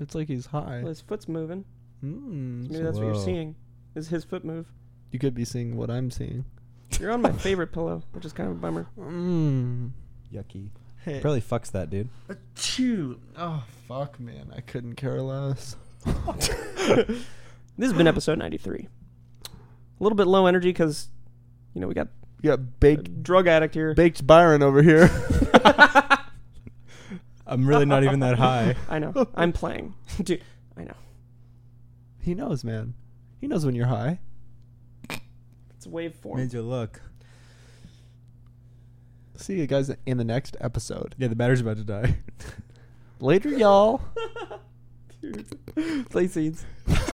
S1: It's like he's high.
S3: Well, his foot's moving.
S1: Mm.
S3: Maybe that's what
S2: Whoa.
S3: you're seeing. Is his foot move?
S1: You could be seeing what I'm seeing. <laughs>
S3: You're on my favorite pillow, which is kind of a bummer. <laughs>
S1: Mm.
S2: Yucky.
S1: Hey,
S2: Probably fucks that dude.
S1: achoo. Oh fuck, man! I couldn't care less.
S3: This has been episode 93. A little bit low energy because, you know, we got
S1: You got
S3: a
S1: baked,
S3: drug addict here.
S1: baked Byron over here.
S2: <laughs> I'm really not even that high.
S3: I know.
S1: <laughs>
S3: I'm playing. Dude, I know.
S1: he knows, man. He knows when you're high.
S3: It's wave form.
S2: Made you look.
S1: See you guys in the next episode.
S2: Yeah, the battery's about to die.
S1: Later, y'all.
S3: <laughs> Dude.
S1: Play scenes.